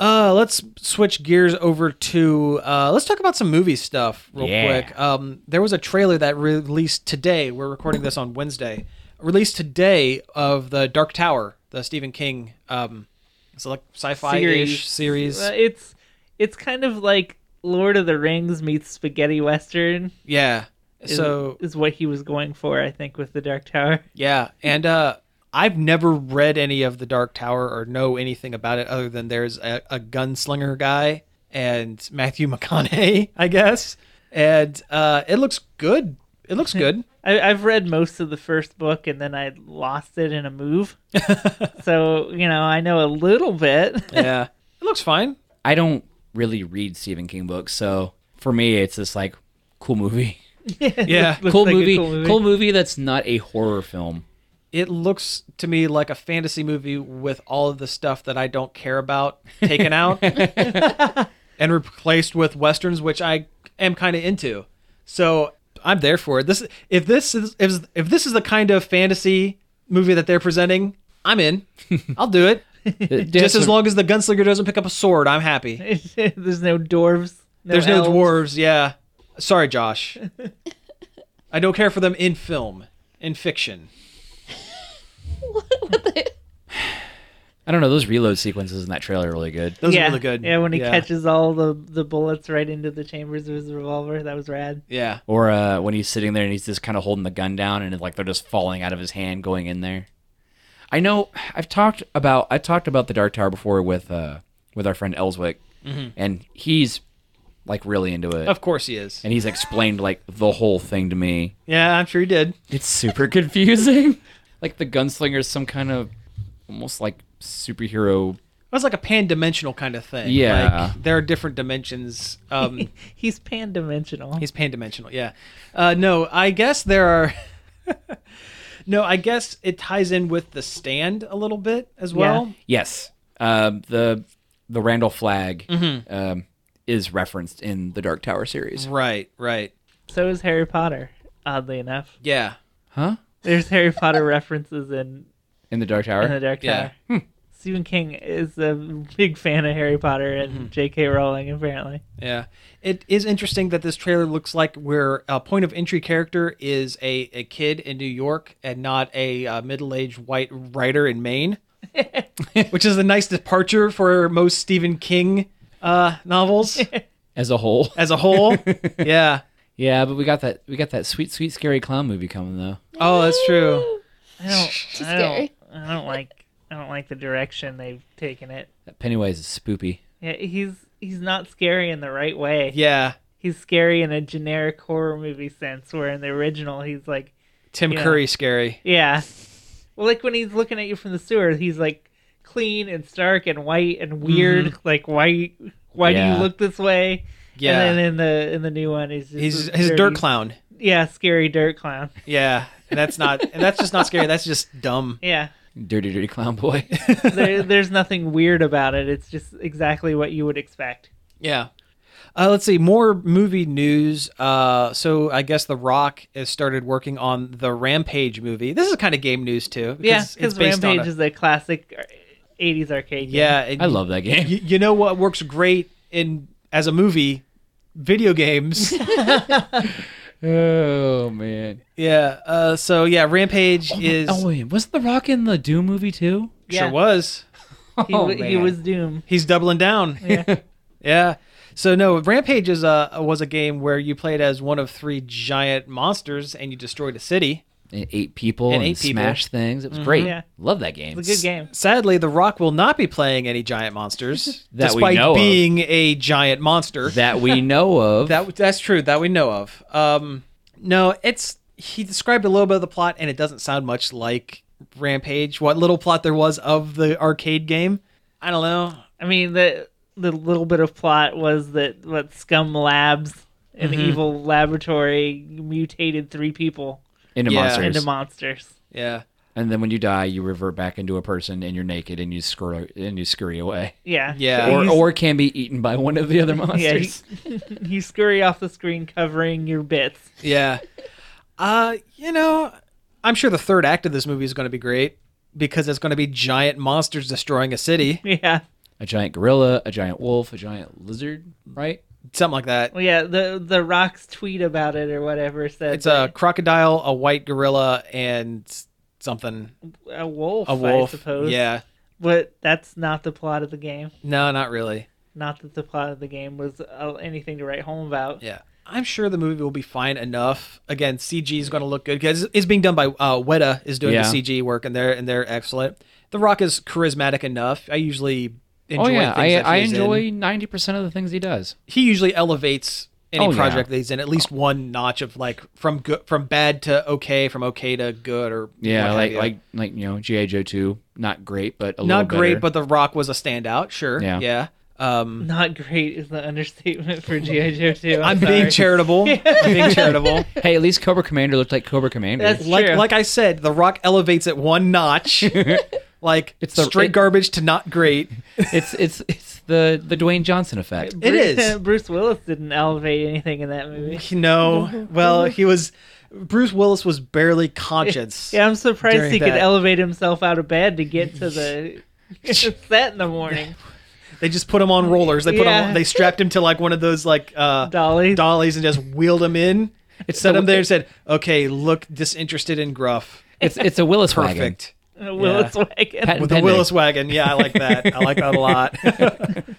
Speaker 1: Uh, let's switch gears over to uh, let's talk about some movie stuff real
Speaker 3: Yeah.
Speaker 1: quick. Um, there was a trailer that released today. We're recording this on Wednesday. Released today of the Dark Tower, the Stephen King um, it's like sci-fi
Speaker 2: Series.
Speaker 1: ish series.
Speaker 2: Uh, It's it's kind of like Lord of the Rings meets spaghetti western.
Speaker 1: Yeah.
Speaker 2: Is,
Speaker 1: so
Speaker 2: is what he was going for, I think, with the Dark Tower.
Speaker 1: yeah, and uh, I've never read any of the Dark Tower or know anything about it other than there's a, a gunslinger guy and Matthew McConaughey, I guess. And uh, it looks good. It looks good.
Speaker 2: I, I've read most of the first book, and then I lost it in a move. so you know, I know a little bit.
Speaker 1: yeah, it looks fine.
Speaker 3: I don't really read Stephen King books, so for me, it's just like cool movie,
Speaker 1: Yeah,
Speaker 2: Looks
Speaker 3: cool
Speaker 2: like a
Speaker 3: movie,
Speaker 2: cool movie.
Speaker 3: that's not a horror film.
Speaker 1: it looks to me like a fantasy movie with all of the stuff that I don't care about taken out and replaced with westerns, which I am kind of into. So I'm there for it. This if this is if, if this is the kind of fantasy movie that they're presenting, I'm in. I'll do it. Just as long as the gunslinger doesn't pick up a sword, I'm happy.
Speaker 2: There's no dwarves. No
Speaker 1: There's
Speaker 2: elves.
Speaker 1: no dwarves. Yeah. Sorry, Josh. I don't care for them in film, in fiction.
Speaker 3: I don't know those reload sequences in that trailer are really good.
Speaker 1: Those
Speaker 2: yeah.
Speaker 1: are really good.
Speaker 2: Yeah, when he catches all the the bullets right into the chambers of his revolver, that was rad.
Speaker 1: Yeah.
Speaker 3: Or uh, when he's sitting there and he's just kind of holding the gun down and like they're just falling out of his hand going in there. I know I've talked about I talked about the Dark Tower before with uh with our friend Elswick, and he's like really into it,
Speaker 1: Mm-hmm. Of course he is.
Speaker 3: and he's explained like the whole thing to me.
Speaker 1: Yeah, I'm sure he did.
Speaker 3: It's super confusing. like the gunslinger is some kind of almost like superhero.
Speaker 1: It was like a pan-dimensional kind of thing.
Speaker 3: Yeah.
Speaker 1: like, there are different dimensions. Um,
Speaker 2: He's pan dimensional.
Speaker 1: he's pan-dimensional. Yeah. Uh, no, I guess there are. no, I guess it ties in with the stand a little bit as well.
Speaker 3: Yes, um, the the Randall flag
Speaker 2: Mm-hmm.
Speaker 3: um, is referenced in the Dark Tower series,
Speaker 1: Right. Right.
Speaker 2: So is Harry Potter, oddly enough.
Speaker 1: Yeah.
Speaker 3: huh?
Speaker 2: There's Harry Potter references in,
Speaker 3: In the Dark Tower.
Speaker 2: in the Dark
Speaker 1: Yeah. Hmm.
Speaker 2: Tower. Stephen King is a big fan of Harry Potter and
Speaker 1: Mm-hmm.
Speaker 2: J.K. Rowling, apparently.
Speaker 1: Yeah. It is interesting that this trailer looks like where a point of entry character is a, a kid in New York and not a uh, middle aged white writer in Maine, which is a nice departure for most Stephen King uh, novels.
Speaker 3: as a whole.
Speaker 1: as a whole. yeah.
Speaker 3: Yeah, but we got that we got that sweet sweet scary clown movie coming though.
Speaker 1: Oh, that's true.
Speaker 2: I don't, I don't,
Speaker 4: scary.
Speaker 2: I don't like, I don't like the direction they've taken it.
Speaker 3: That Pennywise is spoopy.
Speaker 2: Yeah, he's he's not scary in the right way.
Speaker 1: Yeah.
Speaker 2: He's scary in a generic horror movie sense, where in the original he's like
Speaker 1: Tim
Speaker 2: Yeah.
Speaker 1: Curry scary.
Speaker 2: Yeah. Well, like when he's looking at you from the sewer, he's like clean and stark and white and weird.
Speaker 1: Mm-hmm.
Speaker 2: Like why? Why do
Speaker 3: Yeah.
Speaker 2: you look this way?
Speaker 1: Yeah.
Speaker 2: And then in the in the new one, he's just
Speaker 1: He's
Speaker 2: a
Speaker 1: his
Speaker 2: dirty-
Speaker 1: dirt clown.
Speaker 2: Yeah, scary dirt clown.
Speaker 1: Yeah. And that's not and that's just not scary. That's just dumb.
Speaker 2: Yeah.
Speaker 3: Dirty dirty clown boy.
Speaker 2: There, there's nothing weird about it. It's just exactly what you would expect.
Speaker 1: Yeah. Uh, let's see more movie news. Uh, so I guess The Rock has started working on the Rampage movie. This is kind of game news too.
Speaker 2: Yeah, because
Speaker 1: based on
Speaker 2: Rampage
Speaker 1: a-
Speaker 2: is a classic uh, '80s arcade. game.
Speaker 1: yeah. and
Speaker 3: I love that game.
Speaker 1: You, you know what works great in as a movie, video games.
Speaker 3: Oh man.
Speaker 1: yeah. Uh, so yeah, Rampage is
Speaker 3: Oh wait, wasn't the Rock in the Doom movie too?
Speaker 1: sure
Speaker 2: Yeah.
Speaker 1: was.
Speaker 2: He,
Speaker 3: Oh,
Speaker 2: w- he
Speaker 3: man.
Speaker 2: was Doom.
Speaker 1: He's doubling down. Yeah. yeah. So no, Rampage is a was a game where you played as one of three giant monsters and you destroyed a city.
Speaker 3: and eight people
Speaker 1: And
Speaker 3: and,
Speaker 1: eight people.
Speaker 3: smash things. It was great.
Speaker 2: Mm-hmm. Yeah.
Speaker 3: Love that game.
Speaker 2: It's a good game.
Speaker 1: Sadly, The Rock will not be playing any giant monsters,
Speaker 3: That we
Speaker 1: despite
Speaker 3: know of.
Speaker 1: being a giant monster.
Speaker 3: that we know of.
Speaker 1: That that's true. That we know of. Um, no, it's he described a little bit of the plot, and it doesn't sound much like Rampage. What little plot there was of the arcade game, I don't know.
Speaker 2: I mean, the the little bit of plot was that what Scum Labs, an
Speaker 1: Mm-hmm.
Speaker 2: evil laboratory, mutated three people
Speaker 3: into
Speaker 1: Yeah.
Speaker 3: monsters.
Speaker 2: into monsters.
Speaker 1: Yeah,
Speaker 3: and then when you die, you revert back into a person and you're naked and you scurry and you scurry away.
Speaker 2: Yeah,
Speaker 1: Yeah.
Speaker 2: So
Speaker 3: Or,
Speaker 2: you-
Speaker 3: or can be eaten by one of the other monsters.
Speaker 2: you scurry off the screen covering your bits.
Speaker 1: yeah. uh, you know, I'm sure the third act of this movie is going to be great because it's going to be giant monsters destroying a city,
Speaker 2: Yeah,
Speaker 3: a giant gorilla, a giant wolf, a giant lizard, right?
Speaker 1: something like that.
Speaker 2: well, yeah. The the Rock's tweet about it or whatever said
Speaker 1: It's a crocodile, a white gorilla, and something.
Speaker 2: a wolf.
Speaker 1: A wolf.
Speaker 2: I suppose.
Speaker 1: Yeah.
Speaker 2: but that's not the plot of the game.
Speaker 1: No, not really.
Speaker 2: Not that the plot of the game was uh, anything to write home about.
Speaker 1: Yeah. I'm sure the movie will be fine enough. Again, CG is going to look good because it's being done by uh, Weta is doing
Speaker 3: Yeah.
Speaker 1: the CG work and they're and they're excellent. The Rock is charismatic enough. I usually enjoy.
Speaker 3: oh yeah,
Speaker 1: things
Speaker 3: I,
Speaker 1: that
Speaker 3: I
Speaker 1: he's in.
Speaker 3: enjoy ninety percent of the things he does.
Speaker 1: He usually elevates any
Speaker 3: Oh, yeah.
Speaker 1: project that he's in at least one notch of like from good from bad to okay, from okay to good or what
Speaker 3: Yeah,
Speaker 1: have
Speaker 3: like
Speaker 1: you.
Speaker 3: like like you know, GI Joe two, not great, but a
Speaker 1: not
Speaker 3: little
Speaker 1: great,
Speaker 3: better.
Speaker 1: but The Rock was a standout. Sure,
Speaker 3: Yeah.
Speaker 1: yeah. Um,
Speaker 2: Not great is the understatement for GI Joe 2.
Speaker 1: I'm being
Speaker 2: sorry.
Speaker 1: charitable. I'm being charitable.
Speaker 3: hey, at least Cobra Commander looked like Cobra Commander.
Speaker 2: That's
Speaker 1: like
Speaker 2: true.
Speaker 1: like I said, The Rock elevates it one notch. like it's
Speaker 3: It's the-
Speaker 1: straight
Speaker 3: it-
Speaker 1: garbage to not great.
Speaker 3: it's it's it's the the Dwayne Johnson effect.
Speaker 1: It is.
Speaker 2: Bruce Willis didn't elevate anything in that movie.
Speaker 1: No, well, he was Bruce Willis was barely conscious.
Speaker 2: Yeah, I'm surprised
Speaker 1: During
Speaker 2: he could
Speaker 1: that-
Speaker 2: elevate himself out of bed to get to the set in the morning.
Speaker 1: They just put him on rollers. They put him
Speaker 2: Yeah.
Speaker 1: they strapped him to like one of those like uh
Speaker 2: Dolly.
Speaker 1: dollies and just wheeled him in. It set
Speaker 3: the-
Speaker 1: him there and said, "Okay, look disinterested and gruff.
Speaker 3: It's it's a Willis wagon.
Speaker 1: Perfect."
Speaker 2: Willis wagon.
Speaker 3: Pat-
Speaker 1: With the
Speaker 3: Pending.
Speaker 1: Willis wagon. Yeah, I like that. I like that a lot.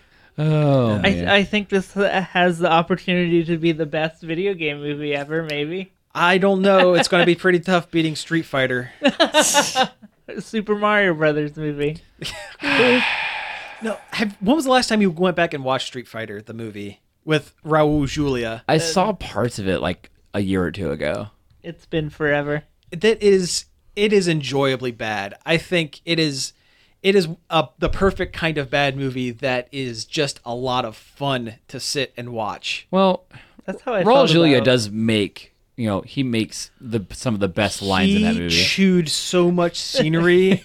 Speaker 3: Oh,
Speaker 2: I,
Speaker 3: man.
Speaker 2: I think this has the opportunity to be the best video game movie ever, maybe.
Speaker 1: I don't know. It's going to be pretty tough beating Street Fighter.
Speaker 2: Super Mario Brothers movie.
Speaker 1: No, have, when was the last time you went back and watched Street Fighter the movie with Raul Julia?
Speaker 3: I saw parts of it like a year or two ago.
Speaker 2: It's been forever.
Speaker 1: That is it is enjoyably bad. I think it is it is uh the perfect kind of bad movie that is just a lot of fun to sit and watch.
Speaker 3: Well,
Speaker 2: That's how I
Speaker 3: Raul
Speaker 2: felt
Speaker 3: Julia
Speaker 2: about-
Speaker 3: does make you know he makes the some of the best lines
Speaker 1: he
Speaker 3: in that movie.
Speaker 1: chewed so much scenery.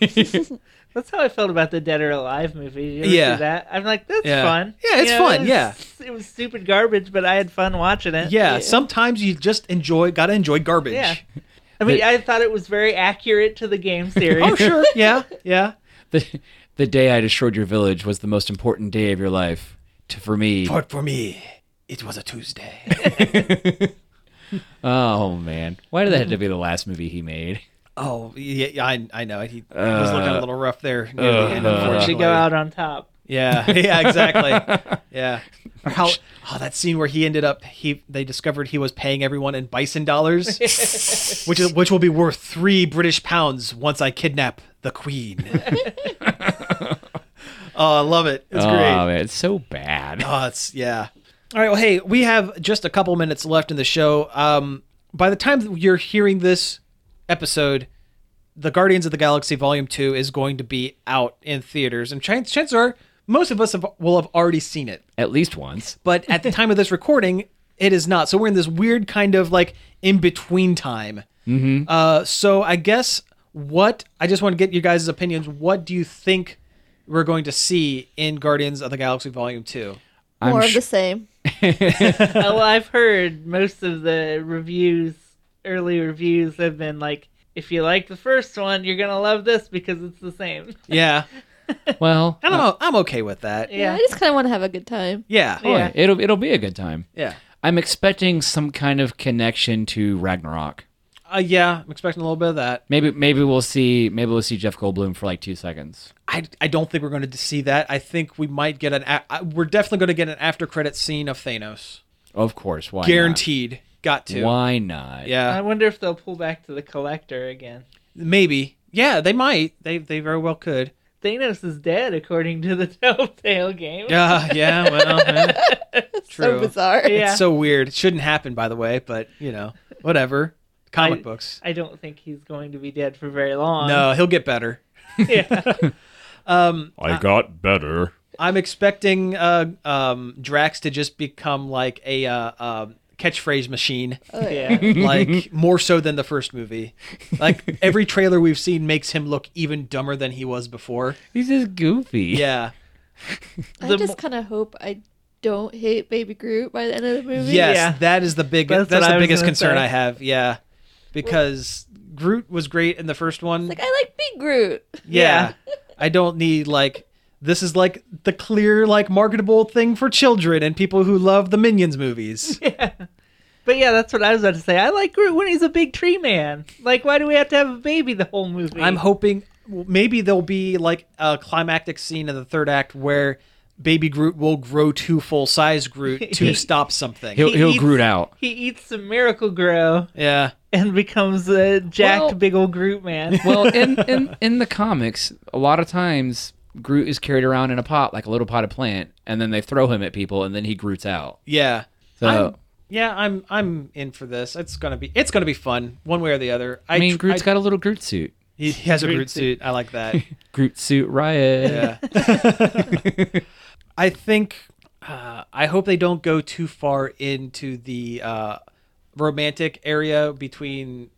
Speaker 2: That's how I felt about the Dead or Alive movie. Did you ever
Speaker 1: Yeah.
Speaker 2: see that? I'm like, that's
Speaker 1: Yeah.
Speaker 2: fun.
Speaker 1: Yeah, it's
Speaker 2: You
Speaker 1: fun,
Speaker 2: it
Speaker 1: yeah.
Speaker 2: was- It was stupid garbage, but I had fun watching it.
Speaker 1: yeah, sometimes you just enjoy got to enjoy garbage.
Speaker 2: Yeah. I mean,
Speaker 3: The-
Speaker 2: I thought it was very accurate to the game series.
Speaker 1: Oh sure. Yeah. Yeah.
Speaker 3: The, the day I destroyed your village was the most important day of your life to, for me.
Speaker 1: But for me, it was a Tuesday.
Speaker 3: Oh man, why did that have to be the last movie he made?
Speaker 1: Oh, yeah, yeah, I, I know. He was looking a little rough there near
Speaker 3: uh,
Speaker 1: the end,
Speaker 3: uh.
Speaker 2: Should
Speaker 1: unfortunately.
Speaker 2: go out on top.
Speaker 1: Yeah, yeah, exactly. yeah. Or how, oh, that scene where he ended up, he they discovered he was paying everyone in bison dollars, which is, which will be worth three British pounds once I kidnap the queen. oh, I love it. It's
Speaker 3: oh
Speaker 1: great.
Speaker 3: man, it's so bad.
Speaker 1: Oh, it's yeah. All right. Well, hey, we have just a couple minutes left in the show. Um, by the time that you're hearing this episode, the Guardians of the Galaxy Volume Two is going to be out in theaters, and chance, chances are most of us have, will have already seen it.
Speaker 3: At least once.
Speaker 1: But at the time of this recording, it is not. So we're in this weird kind of like in between time. Mm-hmm. Uh, so I guess what I just want to get you guys' opinions. What do you think we're going to see in Guardians of the Galaxy Volume Two?
Speaker 3: I'm
Speaker 4: More of
Speaker 3: sh-
Speaker 4: the same.
Speaker 2: Oh, well, I've heard most of the reviews, early reviews, have been like, if you like the first one, you're gonna love this because it's the same.
Speaker 1: Yeah.
Speaker 3: well,
Speaker 1: I don't know. I'm okay with that.
Speaker 4: Yeah,
Speaker 2: Yeah.
Speaker 4: I just kind of want to have a good time.
Speaker 1: Uh, Yeah.
Speaker 3: boy,
Speaker 2: Yeah.
Speaker 3: oh, it'll it'll be a good time.
Speaker 1: Yeah.
Speaker 3: I'm expecting some kind of connection to Ragnarok.
Speaker 1: Uh, yeah, I'm expecting a little bit of that.
Speaker 3: Maybe maybe we'll see maybe we'll see Jeff Goldblum for like two seconds.
Speaker 1: I, I don't think we're going to see that. I think we might get an. A- I- we're definitely going to get an after credit scene of Thanos.
Speaker 3: Of course, why not?
Speaker 1: Guaranteed. Got to.
Speaker 3: Why not?
Speaker 1: Yeah.
Speaker 2: I wonder if they'll pull back to the collector again.
Speaker 1: Maybe. Yeah, they might. They they very well could.
Speaker 2: Thanos is dead, according to the Telltale game.
Speaker 1: Yeah. Yeah. Well. yeah.
Speaker 4: So
Speaker 1: True.
Speaker 4: bizarre.
Speaker 2: Yeah.
Speaker 1: It's so weird. It shouldn't happen, by the way. But you know, whatever. Comic
Speaker 2: I-
Speaker 1: books.
Speaker 2: I don't think he's going to be dead for very long.
Speaker 1: No, he'll get better.
Speaker 2: Yeah.
Speaker 6: I got better.
Speaker 1: I'm expecting uh, um, Drax to just become like a uh, um catchphrase machine,
Speaker 4: Oh,
Speaker 2: yeah.
Speaker 1: like more so than the first movie. Like every trailer we've seen makes him look even dumber than he was before.
Speaker 3: He's just goofy.
Speaker 1: Yeah.
Speaker 2: The
Speaker 4: I
Speaker 2: mo-
Speaker 4: just kind of hope I don't hate Baby Groot by the end of the movie.
Speaker 1: Yes,
Speaker 2: Yeah.
Speaker 1: that is the big. That's,
Speaker 2: That's what
Speaker 1: the
Speaker 2: I was
Speaker 1: biggest
Speaker 2: gonna
Speaker 1: concern
Speaker 2: say.
Speaker 1: I have. Yeah, because Groot was great in the first one.
Speaker 4: Like I like Big Groot.
Speaker 1: yeah. I don't need like this is like the clear like marketable thing for children and people who love the Minions movies.
Speaker 2: But yeah, that's what I was about to say. I like Groot when he's a big tree man. Like, why do we have to have a baby the whole movie?
Speaker 1: I'm hoping well, maybe there'll be like a climactic scene in the third act where baby Groot will grow to full size Groot to stop something.
Speaker 3: He'll
Speaker 2: He
Speaker 3: he'll
Speaker 2: eats-
Speaker 3: Groot out.
Speaker 2: he eats some Miracle Grow
Speaker 1: yeah.
Speaker 2: and becomes a jacked
Speaker 3: Well-
Speaker 2: big old Groot man.
Speaker 3: Well, in, in in the comics, a lot of times Groot is carried around in a pot like a little potted plant, and then they throw him at people, and then he Groots out.
Speaker 1: Yeah.
Speaker 3: So
Speaker 1: I'm- yeah, I'm I'm in for this. It's gonna be it's gonna be fun one way or the other.
Speaker 3: I mean,
Speaker 1: tr-
Speaker 3: Groot's got a little Groot suit.
Speaker 1: he he has a
Speaker 2: Groot
Speaker 1: Groot suit. I like that.
Speaker 3: Groot suit riot.
Speaker 1: Yeah. I think uh, I hope they don't go too far into the uh, romantic area between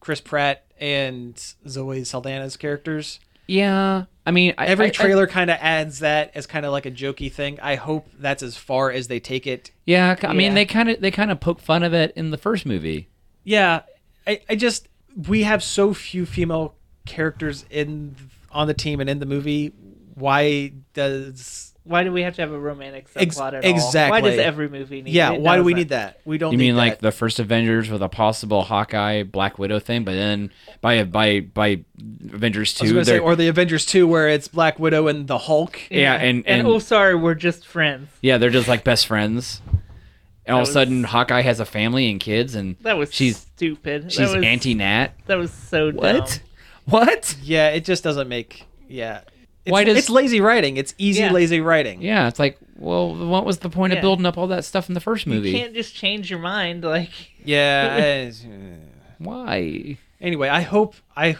Speaker 1: Chris Pratt and Zoe Saldana's characters.
Speaker 3: Yeah, I mean, I, I-
Speaker 1: Every
Speaker 3: I-
Speaker 1: trailer kind of adds that as kind of like a jokey thing. I hope that's as far as they take it.
Speaker 3: yeah, I mean,
Speaker 2: Yeah.
Speaker 3: they kind of they kind of poke fun of it in the first movie.
Speaker 1: Yeah, I, I just we have so few female characters in on the team and in the movie. Why does
Speaker 2: why do we have to have a romantic subplot
Speaker 1: Ex-
Speaker 2: at all? Why
Speaker 1: exactly.
Speaker 2: does every movie need
Speaker 1: Yeah,
Speaker 2: it?
Speaker 1: why do we
Speaker 2: Doesn't.
Speaker 1: need that? We don't.
Speaker 3: You
Speaker 1: need
Speaker 3: mean like
Speaker 1: that.
Speaker 3: the first Avengers with a possible Hawkeye Black Widow thing, but then by by by Avengers
Speaker 1: I was
Speaker 3: two,
Speaker 1: gonna say,
Speaker 3: they're-
Speaker 1: or the Avengers two, where it's Black Widow and the Hulk.
Speaker 3: yeah,
Speaker 2: And,
Speaker 3: and and
Speaker 2: oh, sorry, we're just friends.
Speaker 3: yeah, they're just like best friends. And all of a
Speaker 2: was-
Speaker 3: sudden, Hawkeye has a family and kids, and
Speaker 2: That was
Speaker 3: she's
Speaker 2: stupid. That
Speaker 3: she's
Speaker 2: was-
Speaker 3: anti Nat.
Speaker 2: That was so dumb.
Speaker 3: What? What?
Speaker 1: Yeah, it just doesn't make. Yeah, it's,
Speaker 3: Why does-
Speaker 1: it's lazy writing? It's easy
Speaker 2: Yeah.
Speaker 1: lazy writing.
Speaker 3: Yeah, it's like, well, what was the point
Speaker 2: Yeah.
Speaker 3: of building up all that stuff in the first
Speaker 2: You
Speaker 3: movie?
Speaker 2: can't just change your mind. Like,
Speaker 1: Yeah. I-
Speaker 3: Why?
Speaker 1: anyway, I hope I,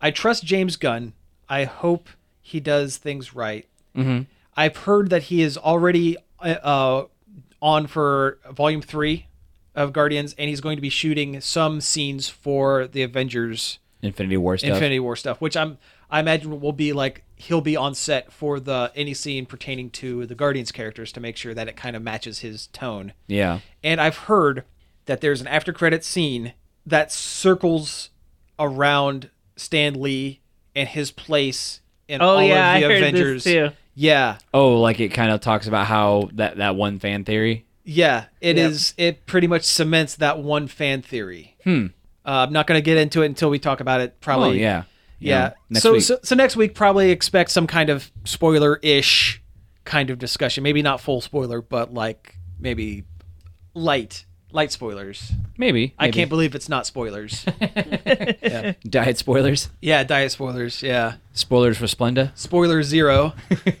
Speaker 1: I trust James Gunn. I hope he does things right.
Speaker 3: Mhm.
Speaker 1: I've heard that he is already uh, uh, on for Volume Three of Guardians, and he's going to be shooting some scenes for the Avengers.
Speaker 3: Infinity War stuff.
Speaker 1: Infinity War stuff, which I'm I imagine will be like he'll be on set for the any scene pertaining to the Guardians characters to make sure that it kind of matches his tone.
Speaker 3: Yeah.
Speaker 1: And I've heard that there's an after credit scene that circles around Stan Lee and his place in
Speaker 2: oh
Speaker 1: all
Speaker 2: yeah,
Speaker 1: of
Speaker 2: I
Speaker 1: the
Speaker 2: heard
Speaker 1: Avengers.
Speaker 2: this too.
Speaker 1: Yeah.
Speaker 3: Oh, like it kind of talks about how that that one fan theory.
Speaker 1: Yeah, it
Speaker 2: Yep.
Speaker 1: is. It pretty much cements that one fan theory. Hmm. Uh, I'm not going to get into it until we talk about it. Probably.
Speaker 3: Oh yeah.
Speaker 1: Yeah.
Speaker 3: Next
Speaker 1: so,
Speaker 3: week.
Speaker 1: so so next week probably expect some kind of spoiler ish kind of discussion. Maybe not full spoiler, but like maybe light light spoilers.
Speaker 3: maybe,
Speaker 1: I can't believe it's not spoilers.
Speaker 3: Diet spoilers.
Speaker 1: yeah, diet spoilers. Yeah,
Speaker 3: Spoilers for Splenda.
Speaker 1: spoiler zero.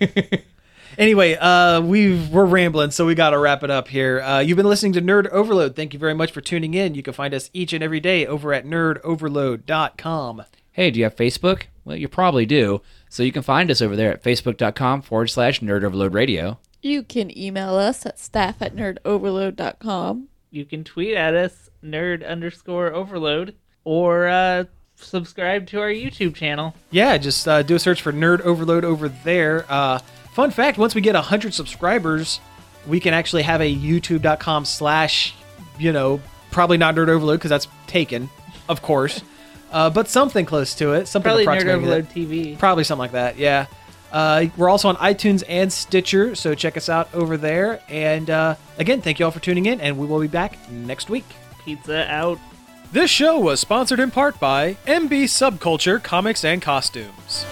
Speaker 1: Anyway, uh, we've, we're rambling, so we got to wrap it up here. Uh, you've been listening to Nerd Overload. Thank you very much for tuning in. You can find us each and every day over at nerdoverload.com.
Speaker 3: Hey, do you have Facebook? Well, you probably do. So you can find us over there at facebook.com forward slash nerd overload radio.
Speaker 4: You can email us at staff at nerdoverload.com.
Speaker 2: You can tweet at us nerd underscore overload or uh, subscribe to our YouTube channel.
Speaker 1: yeah, just uh, do a search for Nerd Overload over there. Uh, fun fact: once we get hundred subscribers, we can actually have a YouTube.com slash, you know, probably not Nerd Overload because that's taken, of course, uh, but something close to it, something
Speaker 2: Probably Nerd
Speaker 1: approximating that.
Speaker 2: Overload TV.
Speaker 1: Probably something like that. Yeah. Uh, we're also on iTunes and Stitcher, so check us out over there. And uh, again, thank you all for tuning in, and we will be back next week.
Speaker 2: Pizza out.
Speaker 1: This show was sponsored in part by MB Subculture Comics and Costumes.